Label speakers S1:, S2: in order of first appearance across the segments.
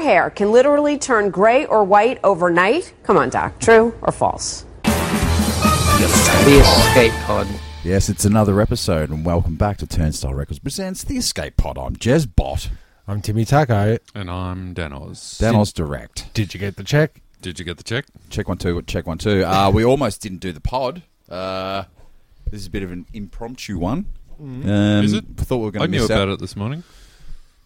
S1: hair can literally turn gray or white overnight? Come on, Doc. True or false?
S2: The Escape Pod.
S3: Yes, it's another episode, and welcome back to Turnstile Records presents the Escape Pod. I'm Jez Bot,
S4: I'm Timmy Taco.
S5: And I'm Danos.
S3: Danos Direct.
S4: Did you get the check?
S5: Did you get the check?
S3: Check one two, check one two. Uh, we almost didn't do the pod. Uh, this is a bit of an impromptu one. Um,
S5: Mm-hmm. Is it?
S3: I thought we were
S5: I
S3: going to
S5: knew
S3: miss out.
S5: about it this morning.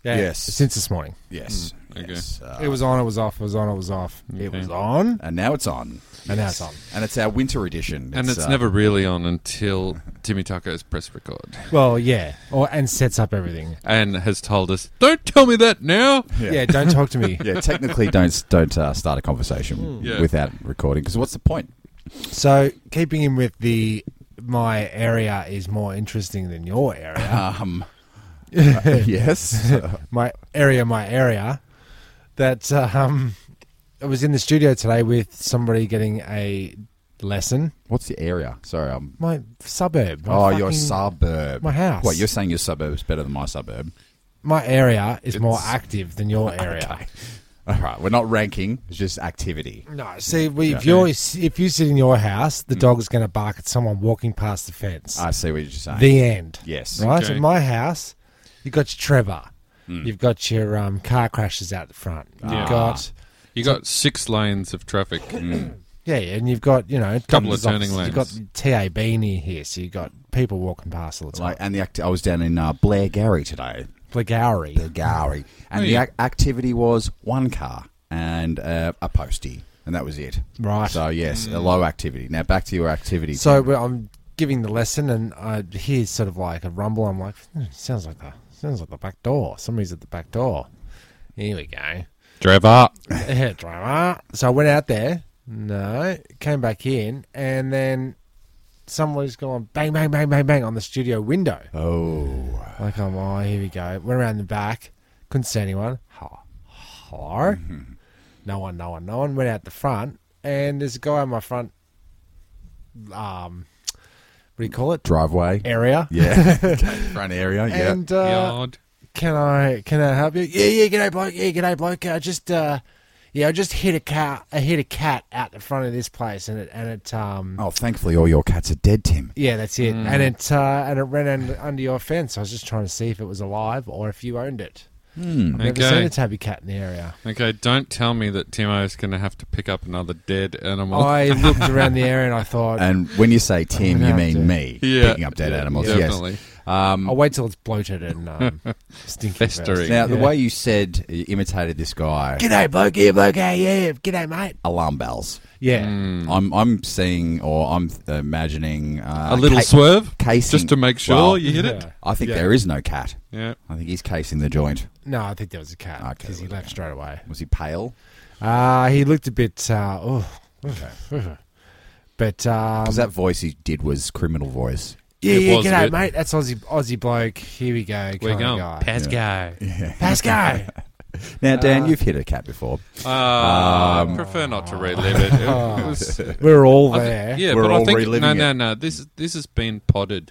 S3: Yes.
S4: Since this morning.
S3: Yes.
S5: Mm, okay.
S3: yes. Uh,
S4: It was on, it was off, it was on, it was off. It was on,
S3: and now it's on,
S4: and now it's on.
S3: and it's our winter edition.
S5: and it's
S3: uh,
S5: never really on until Timmy Taco's press record
S4: Well, yeah. Or, and sets up everything.
S5: and has told us, don't tell me that now.
S4: Yeah, don't talk to me.
S3: Yeah, technically, don't don't uh, start a conversation
S5: Mm. Yeah.
S3: without recording because what's the point?
S4: So, keeping in with the my area is more interesting than your area.
S3: Um, uh, yes.
S4: my area, my area. That um, I was in the studio today with somebody getting a lesson.
S3: What's the area? Sorry, I'm
S4: My suburb. my
S3: Oh, your
S4: fucking-
S3: suburb.
S4: my house.
S3: What, you're saying your suburb's better than my suburb?
S4: My area is more
S3: It's-
S4: active than your area.
S3: All right, we're not ranking, it's just activity.
S4: No, see, we, if you're if you sit in your house, the dog's going to bark at someone walking past the fence.
S3: I see what you're saying.
S4: the end.
S3: yes.
S4: Right.
S5: Okay.
S4: In my house, you've got your Trevor, you've got your um, car crashes out the front, you've
S5: Yeah.
S4: got
S5: You got six lanes of traffic. Mm.
S4: yeah, and you've got you know a
S5: Couple of turning
S4: You've got TAB near here, so you've got people walking past all the time.
S3: Like, and the act- I was down in uh, Blair Gowrie today.
S4: Blagowery.
S3: Gowrie. And
S5: Oh,
S3: the
S5: yeah.
S3: ac- activity was one car and uh, a postie, and that was it.
S4: Right. Mm.
S3: So, yes, a low activity. Now, back to your activity.
S4: So well, I'm giving the lesson, and I hear sort of like a rumble. I'm like, "Hmm, sounds like the sounds like the back door. Somebody's at the back door. Here we go.
S5: Driver.
S4: Yeah, drama. So I went out there. No, came back in, and then someone's gone bang, bang, bang, bang, bang on the studio window.
S3: oh,
S4: Like, I'm, oh, here we go. Went around the back, couldn't see anyone. Hello, hello. No one, no one, no one. Went out the front, and there's a guy on my front. Um, what do you call it?
S3: driveway.
S4: Area.
S3: Yeah. Front area, yeah.
S4: And uh,
S5: Yard.
S4: can I can I help you? Yeah, yeah, g'day bloke. Yeah, g'day bloke. I just uh, yeah, I just hit a cat. I hit a cat out the front of this place, and it and it um.
S3: oh, Mm. thankfully, all your cats are dead, Tim.
S4: Yeah, that's it. And it uh, and it ran un- under your fence. I was just trying to see if it was alive or if you owned it.
S3: Hmm.
S4: I've never
S5: Okay.
S4: seen a tabby cat in the area.
S5: Okay, don't tell me that Timo's going to have to pick up another dead animal.
S4: I looked around the area and I thought,
S3: And when you say Tim, you
S4: gonna have
S3: mean
S4: to-
S3: me
S5: Yeah,
S3: picking up dead
S5: yeah,
S3: animals.
S5: Definitely.
S3: Yes. Um,
S4: I'll wait till it's bloated and um, stinky. first.
S5: Festering.
S3: Now, the
S4: Yeah.
S3: way you said you imitated this guy,
S4: G'day, bloke. Yeah, bloke. Hey, yeah. G'day, mate.
S3: alarm bells.
S4: Yeah.
S5: Hmm.
S3: I'm I'm seeing or I'm imagining uh,
S5: A little
S3: ca-
S5: swerve,
S3: casing.
S5: just to make sure
S3: Well,
S5: you hit it.
S3: I think
S4: Yeah.
S3: there is no cat.
S5: Yeah.
S3: I think he's casing the joint.
S4: No, I think there was a cat
S3: Okay,
S4: because
S3: there
S4: he
S3: was a
S4: left
S3: cat.
S4: straight away.
S3: Was he pale?
S4: Uh, he looked a bit. Uh, oh, but um,
S3: Because that voice he did was criminal voice.
S4: yeah,
S5: It
S4: yeah,
S5: was a
S4: g'day,
S5: bit.
S4: mate. That's Aussie Aussie bloke. Here we go.
S5: Where
S4: kinda
S5: you going?
S4: guy.
S5: Pasco.
S4: Pasco.
S3: Now, Dan, you've hit a cat before.
S5: Ah,
S3: Um,
S5: I prefer not to relive it. It was-
S4: We're all
S5: I thi-
S4: there.
S5: yeah,
S3: We're
S5: but
S3: all
S5: I think
S3: reliving
S5: no,
S3: it.
S5: no, no. This this has been podded.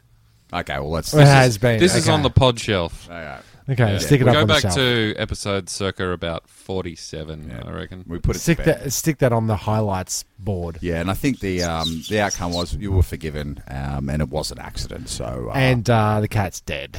S3: Okay, well let's.
S4: It has been.
S5: This is
S4: Okay.
S5: on the pod shelf.
S3: okay.
S4: Okay, stick it
S5: we
S4: up
S5: go
S4: on
S5: back
S4: the shelf.
S5: to episode circa about forty-seven, I reckon.
S3: We put it. to
S4: stick
S3: bed.
S4: that stick that on the highlights board.
S3: Yeah, and I think the um, the outcome was you were forgiven, um, and it was an accident. So uh,
S4: And uh, the cat's dead.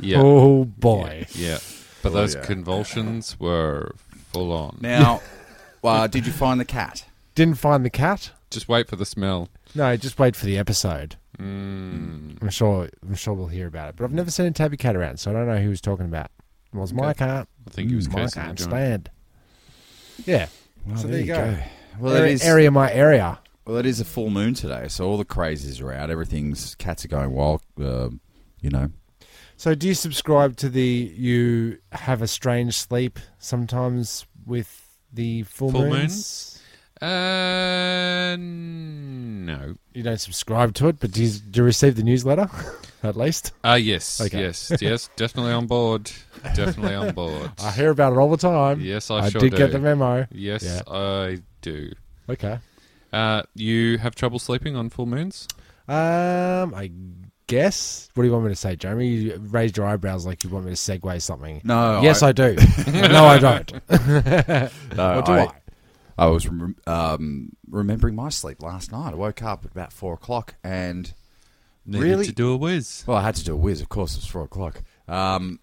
S5: yeah,
S4: Oh boy.
S5: yeah. But those
S3: Oh, yeah.
S5: convulsions were full on.
S3: now, uh, did you find the cat?
S4: Didn't find the cat?
S5: Just wait for the smell.
S4: No, just wait for the episode.
S5: Mm.
S4: I'm sure I'm sure we'll hear about it. But I've never seen a tabby cat around, so I don't know who was talking about. It was my cat.
S5: I think he was
S4: My
S5: casing the
S4: cat
S5: joint.
S4: Mm, stand. Yeah.
S3: Well,
S4: so there you go.
S3: Well,
S4: area,
S3: it is.
S4: area my area.
S3: Well, it is a full moon today, so all the crazes are out. Everything's cats are going wild. Um, you know,
S4: So do you subscribe to the you have a strange sleep sometimes with the full,
S5: Full
S4: moons?
S5: moons? Uh, no.
S4: you don't subscribe to it, but do you, do you receive the newsletter at least?
S5: Ah, yes,
S4: Okay.
S5: yes, yes. Definitely on board. Definitely on board.
S4: I hear about it all the time.
S5: Yes, I sure
S4: did
S5: do.
S4: get the memo.
S5: Yes,
S4: Yeah.
S5: I do.
S4: Okay.
S5: Uh, you have trouble sleeping on full moons?
S4: Um, I guess. What do you want me to say, Jeremy? You raised your eyebrows like you want me to segue something.
S3: No,
S4: Yes,
S3: I-
S4: I, do. no, I don't.
S3: No,
S4: Or do I?
S3: I was rem- um, remembering my sleep last night. I woke up at about four o'clock and
S5: Needed
S3: Really?
S5: to do a whiz.
S3: well, I had to do a whiz. Of course, it was four o'clock. Um,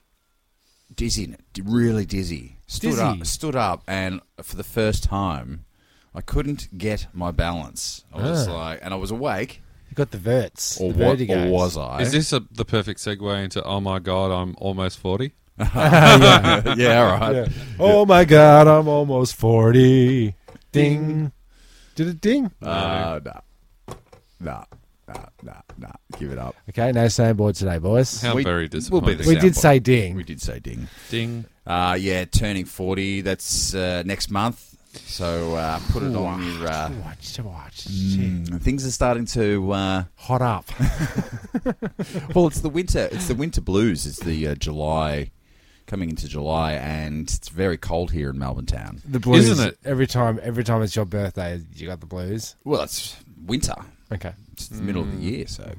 S3: dizzy, really dizzy. Stood
S4: Dizzy.
S3: up, stood up, and for the first time, I couldn't get my balance. I was like, and I was awake,
S4: You got the verts.
S3: or
S4: Ah. the
S3: what? Or
S4: vertigos.
S3: was I?
S5: Is this a, the perfect segue into oh my god, I'm almost 40?
S3: yeah, all right.
S4: Yeah. Oh my god, I'm almost forty. Ding. Did it ding?
S3: Uh, nah, nah, nah, nah, nah. Give it up.
S4: Okay, no soundboard today, boys.
S5: How
S3: We-
S5: very
S3: we'll be
S5: disappointing.
S3: the
S4: we
S3: sound
S4: did
S3: boy.
S4: say ding.
S3: We did say ding.
S5: Ding.
S3: Uh, yeah, turning 40. That's uh, next month. So uh, put it on your. Uh,
S4: watch, watch.
S3: mm, things are starting to. Uh,
S4: Hot up.
S3: well, it's the winter. It's the winter blues. It's the uh, July, coming into July, and it's very cold here in Melbourne town.
S4: The blues,
S5: Isn't it?
S4: Every time, every time it's your birthday, you got the blues.
S3: Well, it's winter.
S4: Okay.
S3: It's the middle of the year, so.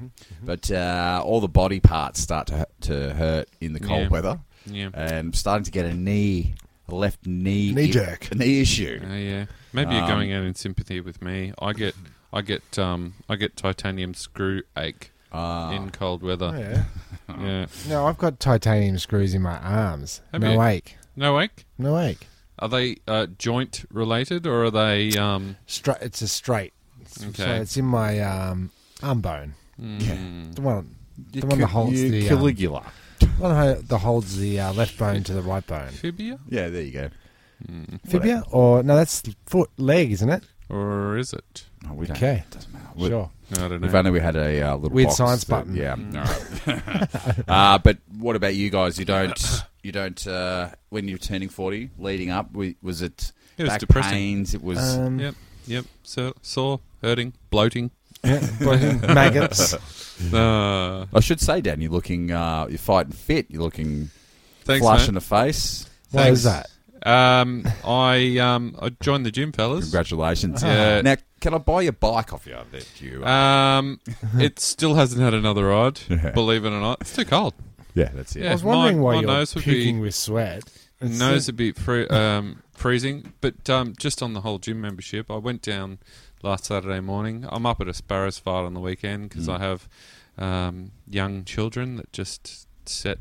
S3: But uh, all the body parts start to hu- to hurt in the cold
S5: Yeah.
S3: weather,
S5: Yeah.
S3: and um, starting to get a knee, a left knee
S4: Knee
S3: i-
S4: jerk.
S3: knee issue.
S5: Oh yeah. Maybe you're going out in sympathy with me. I get I get um I get titanium screw ache
S3: Ah.
S5: in cold weather.
S4: Oh, yeah.
S5: Yeah.
S4: No, I've got titanium screws in my arms.
S5: Have
S4: no
S5: you?
S4: ache.
S5: No ache?
S4: No ache.
S5: Are they uh, joint related or are they um
S4: Straight. It's a straight. So
S5: Okay. Hmm.
S4: it's in my um, arm bone.
S3: Yeah.
S4: The one. The one that holds
S3: you
S4: the um,
S3: Caligula.
S4: one that holds the uh, left bone to the right bone.
S5: fibia?
S3: Yeah, there you go.
S4: Fibia or no, that's foot leg, isn't it?
S5: Or is it?
S3: Oh, we don't-
S4: Okay.
S3: doesn't matter. We-
S4: Sure.
S5: I don't know.
S3: If only we had a uh, little
S4: Weird
S3: box
S4: science
S3: that-
S4: button.
S3: Yeah. all right. uh, but what about you guys? You don't. You don't. Uh, when you're turning forty, leading up, we, was it?
S5: It was
S3: back
S5: depressing.
S3: pains. It was.
S4: Um,
S5: Yep. Yep. So sore, hurting, bloating.
S4: yeah, but- maggots.
S5: Uh,
S3: I should say, Dan, you're looking. Uh, you're fighting fit. You're looking
S5: thanks,
S3: flush
S5: mate.
S3: in the face.
S4: What is that?
S5: Um, I um, I joined the gym, fellas.
S3: Congratulations.
S5: Yeah.
S3: Now, can I buy your bike off you? That you. Uh,
S5: Um, it still hasn't had another ride.
S3: Yeah.
S5: Believe it or not, it's too cold.
S3: yeah, that's it.
S5: Yeah,
S4: I was wondering
S5: my,
S4: why
S5: my
S4: you're
S5: nose would
S4: puking
S5: be
S4: with sweat. It's
S5: nose
S4: the-
S5: would be fre- um, freezing. But um, just on the whole gym membership, I went down last Saturday morning. I'm up at a sparrow's fire on the weekend
S3: Hmm.
S5: because I have um, young children that just set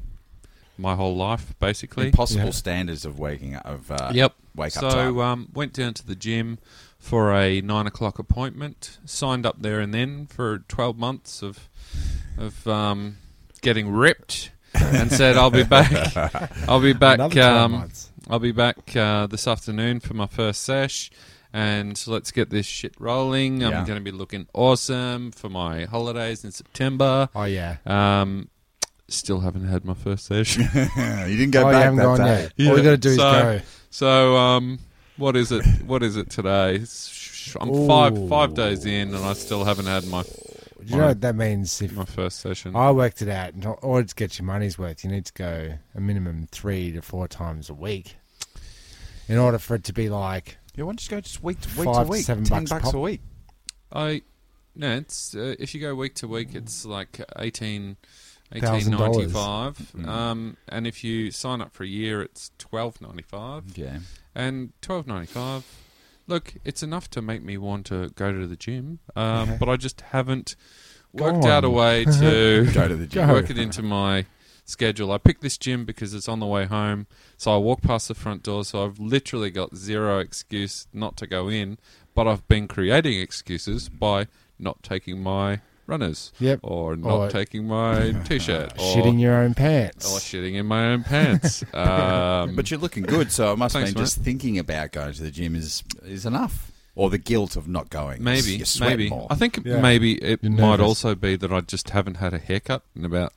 S5: my whole life basically.
S3: Impossible
S4: Yeah.
S3: standards of waking up. Of uh,
S5: Yep.
S3: Wake up time.
S5: So um, went down to the gym for a nine o'clock appointment. Signed up there and then for twelve months of of um, getting ripped, and said I'll be back. I'll be back.
S4: Another 12
S5: Um,
S4: months.
S5: I'll be back uh, this afternoon for my first sesh. And let's get this shit rolling.
S3: Yeah.
S5: I'm going to be looking awesome for my holidays in September.
S4: Oh yeah.
S5: Um, still haven't had my first sesh.
S3: you didn't go
S4: oh, you
S3: back
S4: haven't
S3: that
S4: gone
S3: day.
S4: yet. All
S5: Yeah.
S4: you got to do is
S5: So-
S4: go.
S5: So, um, what is it? What is it today? It's- sh- I'm
S4: Ooh.
S5: five five days in, and I still haven't had my
S4: Do you know what that means? If
S5: my first session.
S4: I worked it out, in order to get your money's worth, you need to go a minimum three to four times a week. In order for it to be like,
S3: Yeah, why don't you go just week to week
S4: Five
S3: to
S4: to
S3: week?
S4: seven
S3: Ten
S4: bucks
S3: bucks,
S4: pop.
S3: a week.
S5: I no, it's uh, if you go week to week, it's like eighteen. Eighteen
S4: $1,000.
S5: ninety five,
S4: Hmm.
S5: um, and if you sign up for a year, it's twelve ninety five,
S3: Yeah.
S5: and twelve ninety five. Look, it's enough to make me want to go to the gym, um, but I just haven't worked
S4: Go
S5: out a
S4: on.
S5: way to
S3: Go to the gym.
S5: work it into my schedule. I picked this gym because it's on the way home, so I walk past the front door, so I've literally got zero excuse not to go in, but I've been creating excuses by not taking my runners,
S4: Yep.
S5: or not
S4: Or-
S5: taking my t-shirt, or
S4: shitting your own
S5: or
S4: pants.
S5: shitting in my own pants. um,
S3: But you're looking good, so it must
S5: Thanks,
S3: mean just thinking about going to the gym is is enough, or the guilt of not going.
S5: Maybe,
S3: you sweat
S5: maybe.
S3: more.
S5: I think
S4: Yeah.
S5: maybe it
S4: You're
S5: might
S4: nervous.
S5: also be that I just haven't had a haircut in about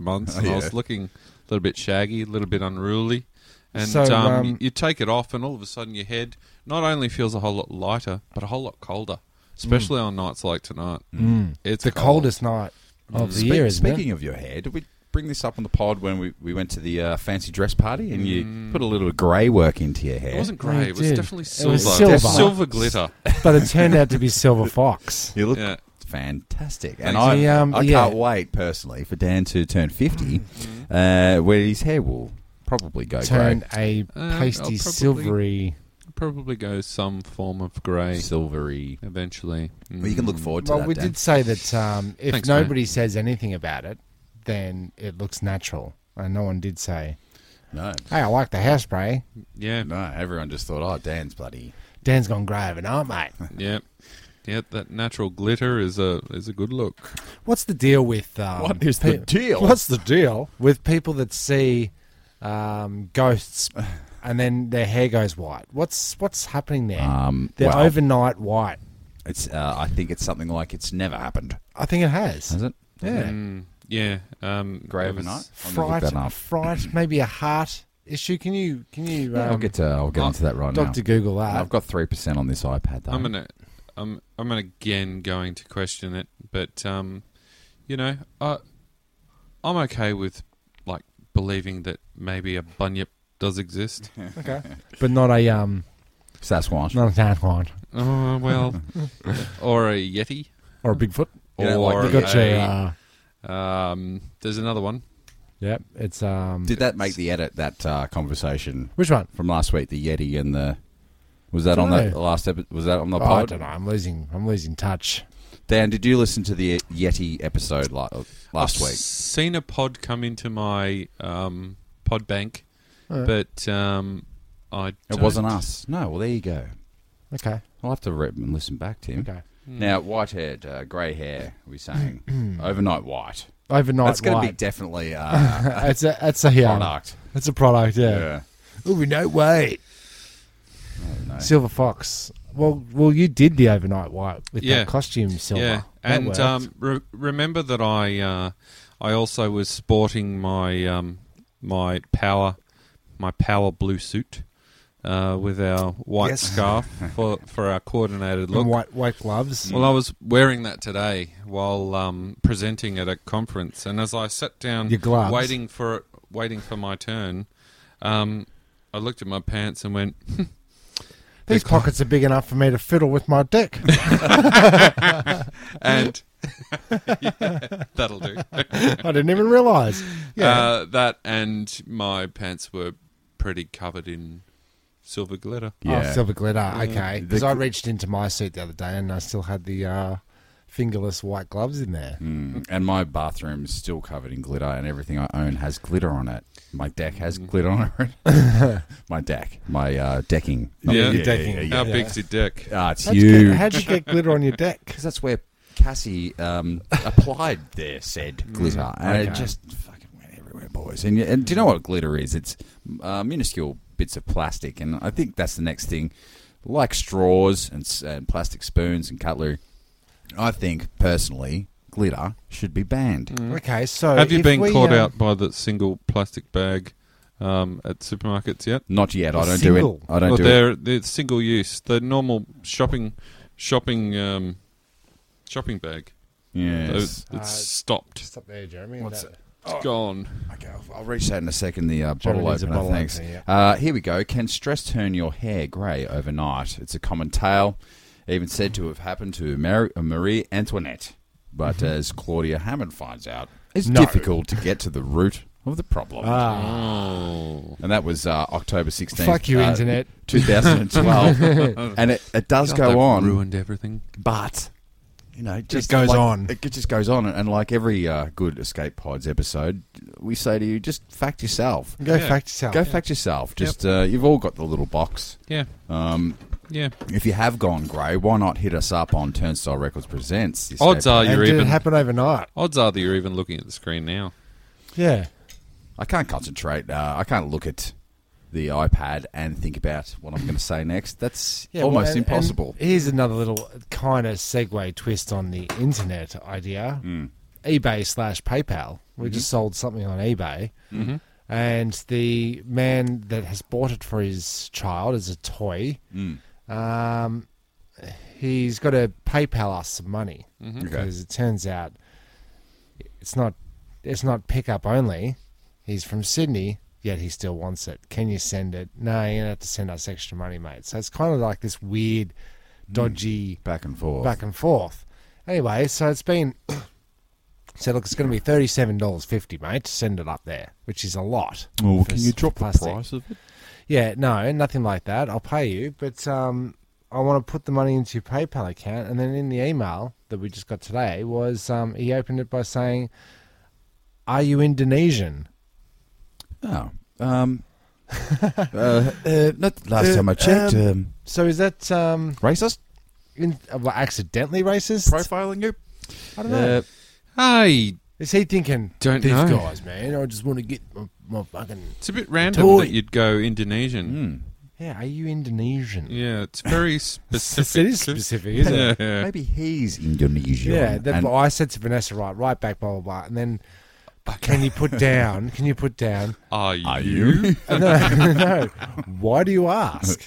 S5: months, and
S3: yeah.
S5: I was looking a little bit shaggy, a little bit unruly. And
S4: So,
S5: um,
S4: um,
S5: you- you take it off, and all of a sudden, your head not only feels a whole lot lighter, but a whole lot colder, especially on nights like tonight. Mm. It's
S4: The
S5: cold.
S4: coldest night of the
S3: Spe-
S4: year, isn't
S3: speaking of your hair, did we bring this up on the pod when we, we went to the uh, fancy dress party and you put a little grey work into your hair?
S5: Mm. It wasn't
S4: Oh,
S5: grey.
S4: it
S5: It was
S4: did.
S5: definitely
S4: It
S5: silver.
S4: was
S5: It was
S4: silver.
S5: silver glitter.
S4: it? But it turned out to be silver fox.
S3: You look
S5: Yeah.
S3: fantastic. And
S4: Thanks.
S3: I,
S4: The, um,
S3: I
S4: yeah.
S3: can't wait personally for Dan to turn 50, uh, where his hair will probably go grey.
S4: Turn a
S5: Uh, I'll
S4: pasty
S5: probably-
S4: silvery.
S5: Probably go some form of grey
S3: Silvery.
S5: eventually. Mm.
S3: Well, you can look forward to
S4: Well,
S3: that.
S4: we
S3: Dan.
S4: did say that um, if
S5: Thanks, mate.
S4: nobody says anything about it, then it looks natural. And no one did say,
S3: No,
S4: "Hey, I like the hairspray."
S5: Yeah,
S3: no. Everyone just thought, oh, Dan's bloody.
S4: Dan's gone grey overnight, mate.
S5: yeah, yeah. That natural glitter is a is a good look.
S4: What's the deal with um,
S3: What is the deal?
S4: What's the deal with people that see um, ghosts and then their hair goes white? What's what's happening there?
S3: Um,
S4: They're
S3: well-
S4: overnight white.
S3: It's. Uh, I think it's something like it's never happened.
S4: I think it has.
S3: Has it? Yeah.
S5: Mm, yeah. Um,
S3: Grey
S5: it was-
S3: overnight. I'm gonna look
S4: Fright,
S3: that up.
S4: fright, maybe a heart issue. Can you can you? Um,
S3: I'll get to. I'll get
S5: I'll-
S3: into that right
S4: Doctor
S3: now.
S4: Google that.
S3: I've got three percent on this iPad though.
S5: I'm gonna, I'm, I'm again going to question it, but um, you know, I, I'm okay with like believing that maybe a bunyip does exist.
S4: okay, but not a um,
S3: Sasquatch.
S4: not a tan one
S5: oh well, or a yeti,
S4: or a Bigfoot.
S3: You know, like
S5: or
S4: You got your,
S5: a,
S4: uh,
S5: um, there's another one.
S4: yep. It's um,
S3: Did that make the edit? That uh, conversation
S4: which one?
S3: from last week, the Yeti and the was that on
S4: Dunno.
S3: the last episode? Was that on the
S4: Oh, I
S3: pod?
S4: don't know. I'm losing. I'm losing touch.
S3: Dan, did you listen to the Yeti episode la- uh, last
S5: I've
S3: week?
S5: Seen a pod come into my um, pod bank, but um, I
S3: It
S5: don't-
S3: wasn't us. No. Well, there you go.
S4: Okay.
S3: I'll have to rip and listen back to him.
S4: Okay.
S5: Hmm.
S3: Now, white haired, uh, grey hair. We're saying overnight white.
S4: Overnight
S3: That's going to
S4: white.
S3: be definitely uh,
S4: it's a it's a um,
S3: product.
S4: It's a product. Yeah.
S3: Yeah.
S4: Ooh, no way.
S5: Oh,
S3: no.
S4: Silver fox. Well, well, you did the overnight white with
S5: Yeah.
S4: that costume, silver.
S5: Yeah,
S4: That
S5: and
S4: worked.
S5: um, re- remember that I uh, I also was sporting my um, my power my power blue suit uh, with our white
S4: Yes.
S5: scarf for for our coordinated
S4: And
S5: look.
S4: white white gloves.
S5: Well, I was wearing that today while um, presenting at a conference, and as I sat down,
S4: Your gloves.
S5: waiting for waiting for my turn, um, I looked at my pants and went,
S4: These
S5: the cl-
S4: pockets are big enough for me to fiddle with my dick.
S5: and Yeah, that'll do.
S4: I didn't even realize. Oh, Yeah.
S5: Uh, that and my pants were pretty covered in silver glitter.
S3: Yeah.
S4: Oh, silver glitter. Okay. Because
S3: The-
S4: I reached into my suit the other day and I still had the uh, fingerless white gloves in there.
S3: Mm, And my bathroom is still covered in glitter, and everything I own has glitter on it. My deck has
S5: Mm-hmm.
S3: glitter on it. my deck, my uh, decking. Not-
S5: Yeah.
S4: Your decking.
S3: yeah,
S5: How
S4: Yeah.
S5: big's your dick?
S3: yeah. Ah, it's
S4: How'd you get-
S3: huge.
S4: how'd you get glitter on your deck?
S3: Because that's where Cassie um, applied their said glitter, and it
S4: Mm. okay.
S3: just fucking went everywhere, boys. And, and do you know what glitter is? It's uh, minuscule bits of plastic, and I think that's the next thing, like straws and, s- and plastic spoons and cutlery. I think personally, glitter should be banned.
S4: Okay, so
S5: Have you
S4: if
S5: been
S4: we,
S5: caught
S4: um,
S5: out by the single plastic bag um, at supermarkets yet?
S3: Not yet. I
S4: A
S3: don't
S4: single.
S3: do it. I don't
S5: well,
S3: do it.
S5: they're they're single use. The normal shopping shopping um, shopping bag.
S3: Yes.
S5: Uh, It's
S4: Uh, oh.
S5: stopped.
S4: Stop there, Jeremy.
S3: What's
S4: That-
S5: It's gone.
S3: Okay, I'll- I'll reach that in a second. The uh,
S4: Jeremy
S3: bottle
S4: needs a
S3: opener.
S4: bottle
S3: thanks.
S4: opener,
S3: uh, here we go. Can stress turn your hair grey overnight? It's a common tale, even said to have happened to Mar- Marie Antoinette. But as Claudia Hammond finds out, it's
S4: Mm-hmm. No.
S3: difficult to get to the root of the problem.
S4: Ah,
S5: Oh.
S3: and that was uh, October 16th.
S4: fuck you,
S3: uh,
S4: internet.
S3: 2012. and it, it does
S5: God,
S3: go
S5: they've
S3: on.
S5: Ruined everything.
S3: But you know, just
S4: goes
S3: like-
S4: on.
S3: It just goes on, and like every uh, good Escape Pods episode, we say to you, just fact yourself.
S4: Go
S5: Yeah.
S4: fact yourself.
S3: Go fact yourself. Just uh, you've all got the little box.
S5: Yeah.
S3: Um,
S5: Yeah.
S3: if you have gone grey, why not hit us up on Turnstile Records Presents? the
S5: Odds
S3: Escape
S5: are
S3: Pod.
S4: and
S5: you're
S4: did it
S5: even.
S4: happen overnight?
S5: odds are that you're even looking at the screen now.
S4: Yeah.
S3: I can't concentrate. Uh, I can't look at the iPad and think about what I'm going to say next. That's
S4: Yeah,
S3: almost
S4: well, and-
S3: impossible.
S4: and here's another little kind of segue twist on the internet idea eBay slash PayPal. We just sold something on eBay, and the man that has bought it for his child as a toy, um, he's got to PayPal us some money because it turns out it's not it's not pickup only. He's from Sydney, yet he still wants it. Can you send it? No, you're gonna have to send us
S3: Hmm.
S4: extra money, mate. So it's kind of like this weird, dodgy
S3: Back and forth.
S4: back and forth. Anyway, so it's been. Said, look, it's going to be thirty-seven dollars fifty, mate, to send it up there, which is a lot.
S3: Oh,
S4: for
S3: can
S4: s-
S3: you
S4: for
S3: drop the
S4: plastic.
S3: price of it?
S4: Yeah, no, nothing like that. I'll pay you, but um, I want to put the money into your PayPal account. And then in the email that we just got today was um, he opened it by saying, "Are you Indonesian?"
S3: Oh. Um, uh, uh, not last time I checked. Um,
S4: So is that um,
S3: racist?
S4: in, uh, well, accidentally racist?
S3: Profiling you?
S4: I don't know.
S5: Hey,
S4: is he thinking
S5: Uh, Don't
S4: these
S5: know.
S4: guys, man? I just want to get my, my fucking
S5: it's a bit random
S4: Toy. Hmm.
S5: that you'd go Indonesian.
S4: yeah. Are you Indonesian?
S5: Yeah, it's very specific.
S4: it is specific, isn't it?
S5: Yeah.
S3: Maybe he's Indonesian.
S4: Yeah, that,
S3: and-
S4: but I said to Vanessa, right, right back, blah blah blah, and then can you put down? Can you put down?
S5: Are
S3: Are
S5: you?
S3: you?
S4: No, no. Why do you ask?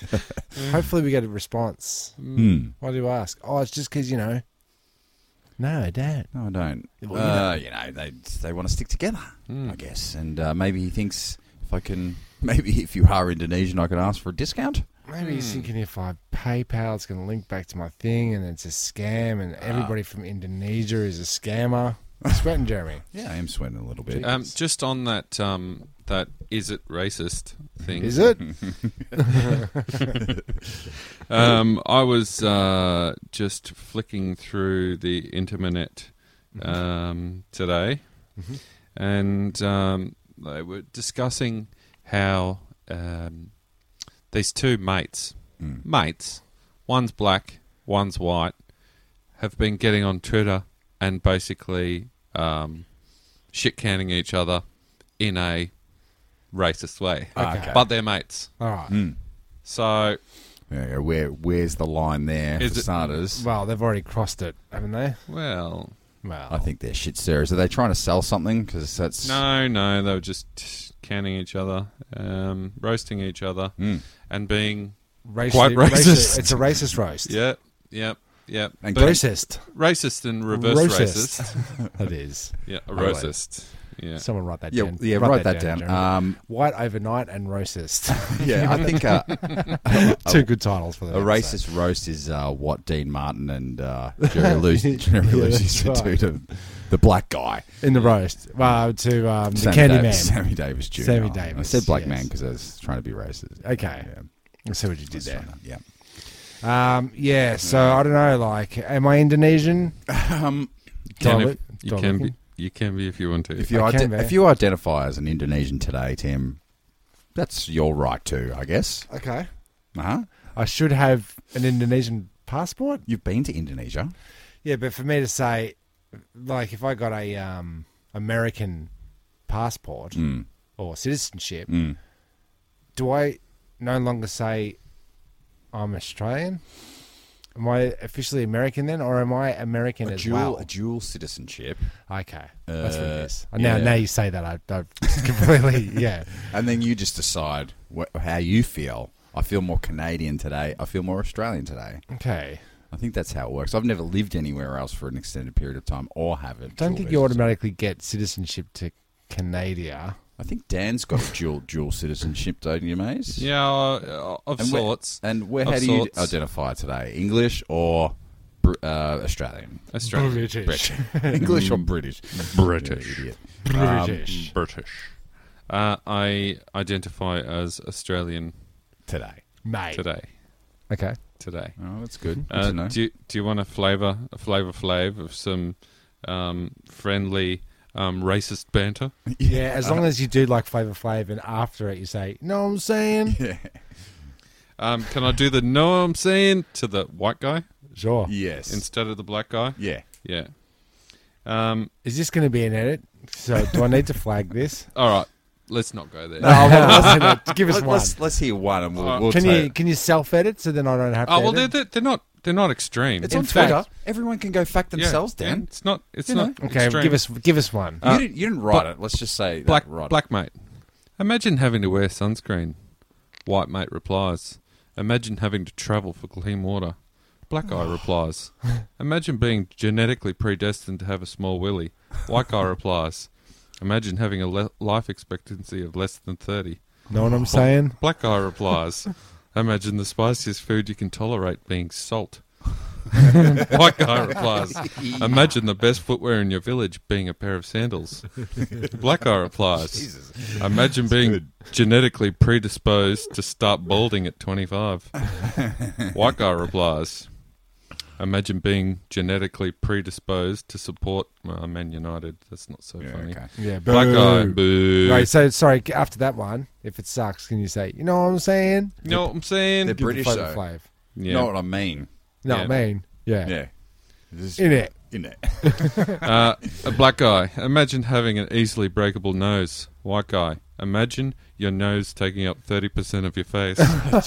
S4: Hopefully, we get a response.
S3: Hmm.
S4: Why do you ask? Oh, it's just because you know. No, I don't.
S3: No, I don't.
S4: Well, you Hmm.
S3: uh, you know, they they want to stick together, I guess. And uh, maybe he thinks if I can, maybe if you are Indonesian, I can ask for a discount.
S4: Maybe
S5: Hmm.
S4: he's thinking if I PayPal, it's going to link back to my thing, and it's a scam,
S5: Ah.
S4: and everybody from Indonesia is a scammer. Sweating, Jeremy.
S3: Yeah, I am sweating a little bit.
S5: Um, just on that, um, that is it racist thing?
S4: Is it?
S5: Um, I was uh, just flicking through the internet um, today, and um, they were discussing how um, these two mates, mates, one's black, one's white, have been getting on Twitter and basically um, shit canning each other in a racist way.
S3: Okay.
S5: But they're mates.
S4: All right.
S5: Hmm. So
S3: Yeah, where where's the line there
S5: Is
S3: for
S5: it-
S3: starters?
S4: Well, they've already crossed it, haven't they?
S5: Well,
S4: Well,
S3: I think they're shit serious. Are they trying to sell something? Because that's
S5: no, no, they were just canning each other, um, roasting each other,
S3: Hmm.
S5: and being
S4: racially-
S5: quite
S4: racial-
S5: racist.
S4: it's a racist roast.
S5: yep, yep, yep,
S3: And
S5: But
S4: Racist.
S5: racist and reverse
S4: Racist.
S5: racist.
S4: That is.
S5: Yeah, a
S3: Oh, wait.
S5: racist. Yeah,
S4: Someone write that
S3: Yeah,
S4: down.
S3: yeah. Write, that down.
S4: Jeremy.
S3: Um,
S4: White overnight and racist.
S3: yeah, I think uh,
S4: Two good titles for the
S3: a
S4: episode.
S3: racist roast is uh, what Dean Martin and uh, Jerry Lucy Jerry
S4: Yeah,
S3: Lewis
S4: that's
S3: used to do
S4: right.
S3: to the black guy.
S4: in the roast. Well, to um, the
S3: Sammy
S4: Candyman.
S3: Davis, Sammy Davis Jr. I
S4: Sammy Davis,
S3: said black
S4: yes.
S3: man because I was trying to be racist.
S4: Okay.
S3: Yeah.
S4: I see what you did
S3: That's
S4: there.
S3: fine. Yeah.
S4: Um, yeah. So I don't know. Like, am I Indonesian?
S5: Can
S4: Dollar-
S5: if- you
S4: dollar
S5: can
S4: looking.
S5: be, you can be if you want to.
S3: If you,
S4: I can
S3: ide-
S4: be.
S3: if you identify as an Indonesian today, Tim, that's your right to, I guess.
S4: Okay.
S3: Uh huh.
S4: I should have an Indonesian passport.
S3: You've been to Indonesia.
S4: Yeah, but for me to say, like, if I got a um, American passport
S3: Mm.
S4: or citizenship, do I no longer say I'm Australian? Am I officially American then, or am I American as
S3: dual,
S4: well?
S3: a dual citizenship,
S4: Okay, that's what it
S3: Uh,
S4: is. Now,
S3: yeah.
S4: now you say that, I, I completely, yeah.
S3: and then you just decide wh- how you feel. I feel more Canadian today. I feel more Australian today.
S4: Okay,
S3: I think that's how it works. I've never lived anywhere else for an extended period of time, or have it.
S4: don't
S3: dual
S4: think you
S3: citizenship.
S4: automatically get citizenship to Canada.
S3: I think Dan's got a dual dual citizenship, don't you, Maze?
S5: yeah, uh, of
S3: And where-
S5: sorts.
S3: And where,
S5: Of
S3: how do you
S5: sorts.
S3: identify today? English or Br- uh, Australian?
S5: Australian,
S4: British,
S3: English or British? Um,
S5: British,
S3: Idiot.
S4: Um, British.
S5: British. Uh, I identify as Australian
S3: Today.
S4: mate.
S5: today.
S4: Okay,
S5: Today.
S3: Oh, that's good. Good
S5: Uh,
S3: to know.
S5: do you, do you want a flavor a flavor flavor of some um, friendly um, racist banter?
S4: yeah. As long as you do like Flavor Flav, and after it you say, "No, I'm saying."
S5: Um, can I do the no I'm saying to the white guy
S4: Sure.
S3: yes.
S5: instead of the black guy?
S3: yeah.
S5: Yeah. Um,
S4: Is this going to be an edit? So do I need to flag this?
S5: all right, let's not go there.
S4: give us
S3: Let,
S4: one.
S3: us let's hear one and
S5: Uh,
S3: we'll, we'll
S4: Can
S3: take
S4: you
S3: it.
S4: can you self edit so then I don't have to?
S5: oh well, they're,
S4: edit?
S5: they're they're not they're not extreme.
S3: It's
S5: In
S3: on
S5: fact-
S3: Twitter. Everyone can go fact
S5: Yeah,
S3: themselves,
S5: yeah,
S3: Dan.
S5: It's not. It's
S3: You know.
S5: not.
S4: okay.
S5: extreme.
S4: Give us give us one.
S3: you, didn't, you didn't write it. Let's just say
S5: Uh, black
S3: that. Right.
S5: black mate. Imagine having to wear sunscreen. White mate replies. Imagine having to travel for clean water. Black guy replies. Imagine being genetically predestined to have a small willy. White guy replies. Imagine having a le- life expectancy of less than thirty.
S4: know
S5: Oh.
S4: what I'm saying?
S5: Black guy replies. Imagine the spiciest food you can tolerate being salt. White guy replies, Imagine the best footwear in your village being a pair of sandals. Black guy replies, Imagine being genetically predisposed to start balding at 25. White guy replies, Imagine being genetically predisposed to support well, Man United. That's not so
S3: Yeah,
S5: funny.
S3: okay.
S4: Yeah,
S5: Black guy,
S4: boo.
S5: boo.
S4: Right, so sorry. After that one, if it sucks, can you say, you know what I'm saying?
S5: You know what I'm saying?
S3: They're
S4: Give the
S3: British,
S4: bloke a
S3: though.
S4: flave.
S5: yeah.
S3: Know what I mean?
S4: You know
S5: Yeah.
S4: what I mean? Yeah.
S3: Yeah. This-
S4: In it.
S3: In it.
S5: Uh, a black guy. Imagine having an easily breakable nose. White guy. Imagine your nose taking up thirty percent of your face.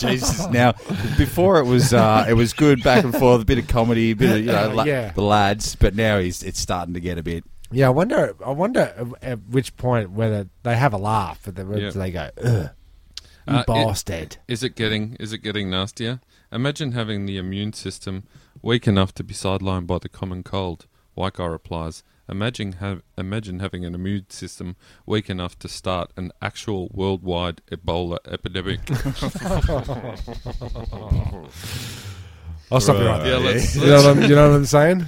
S3: Jesus. Now, before it was uh, it was good back and forth, a bit of comedy, a bit of you know la-
S4: Yeah.
S3: the lads, but now he's it's starting to get a bit.
S4: Yeah, I wonder. I wonder uh, at which point whether they have a laugh, but then
S5: Yeah.
S4: they go, Ugh, "You
S5: Uh, it-
S4: bastard!"
S5: is it getting? Is it getting nastier? Imagine having the immune system weak enough to be sidelined by the common cold. White guy replies. Imagine have imagine having an immune system weak enough to start an actual worldwide Ebola epidemic.
S4: I'll stop you right
S5: yeah,
S4: there.
S5: let's,
S4: You know,
S5: let's-
S4: what I'm, you know what I'm saying?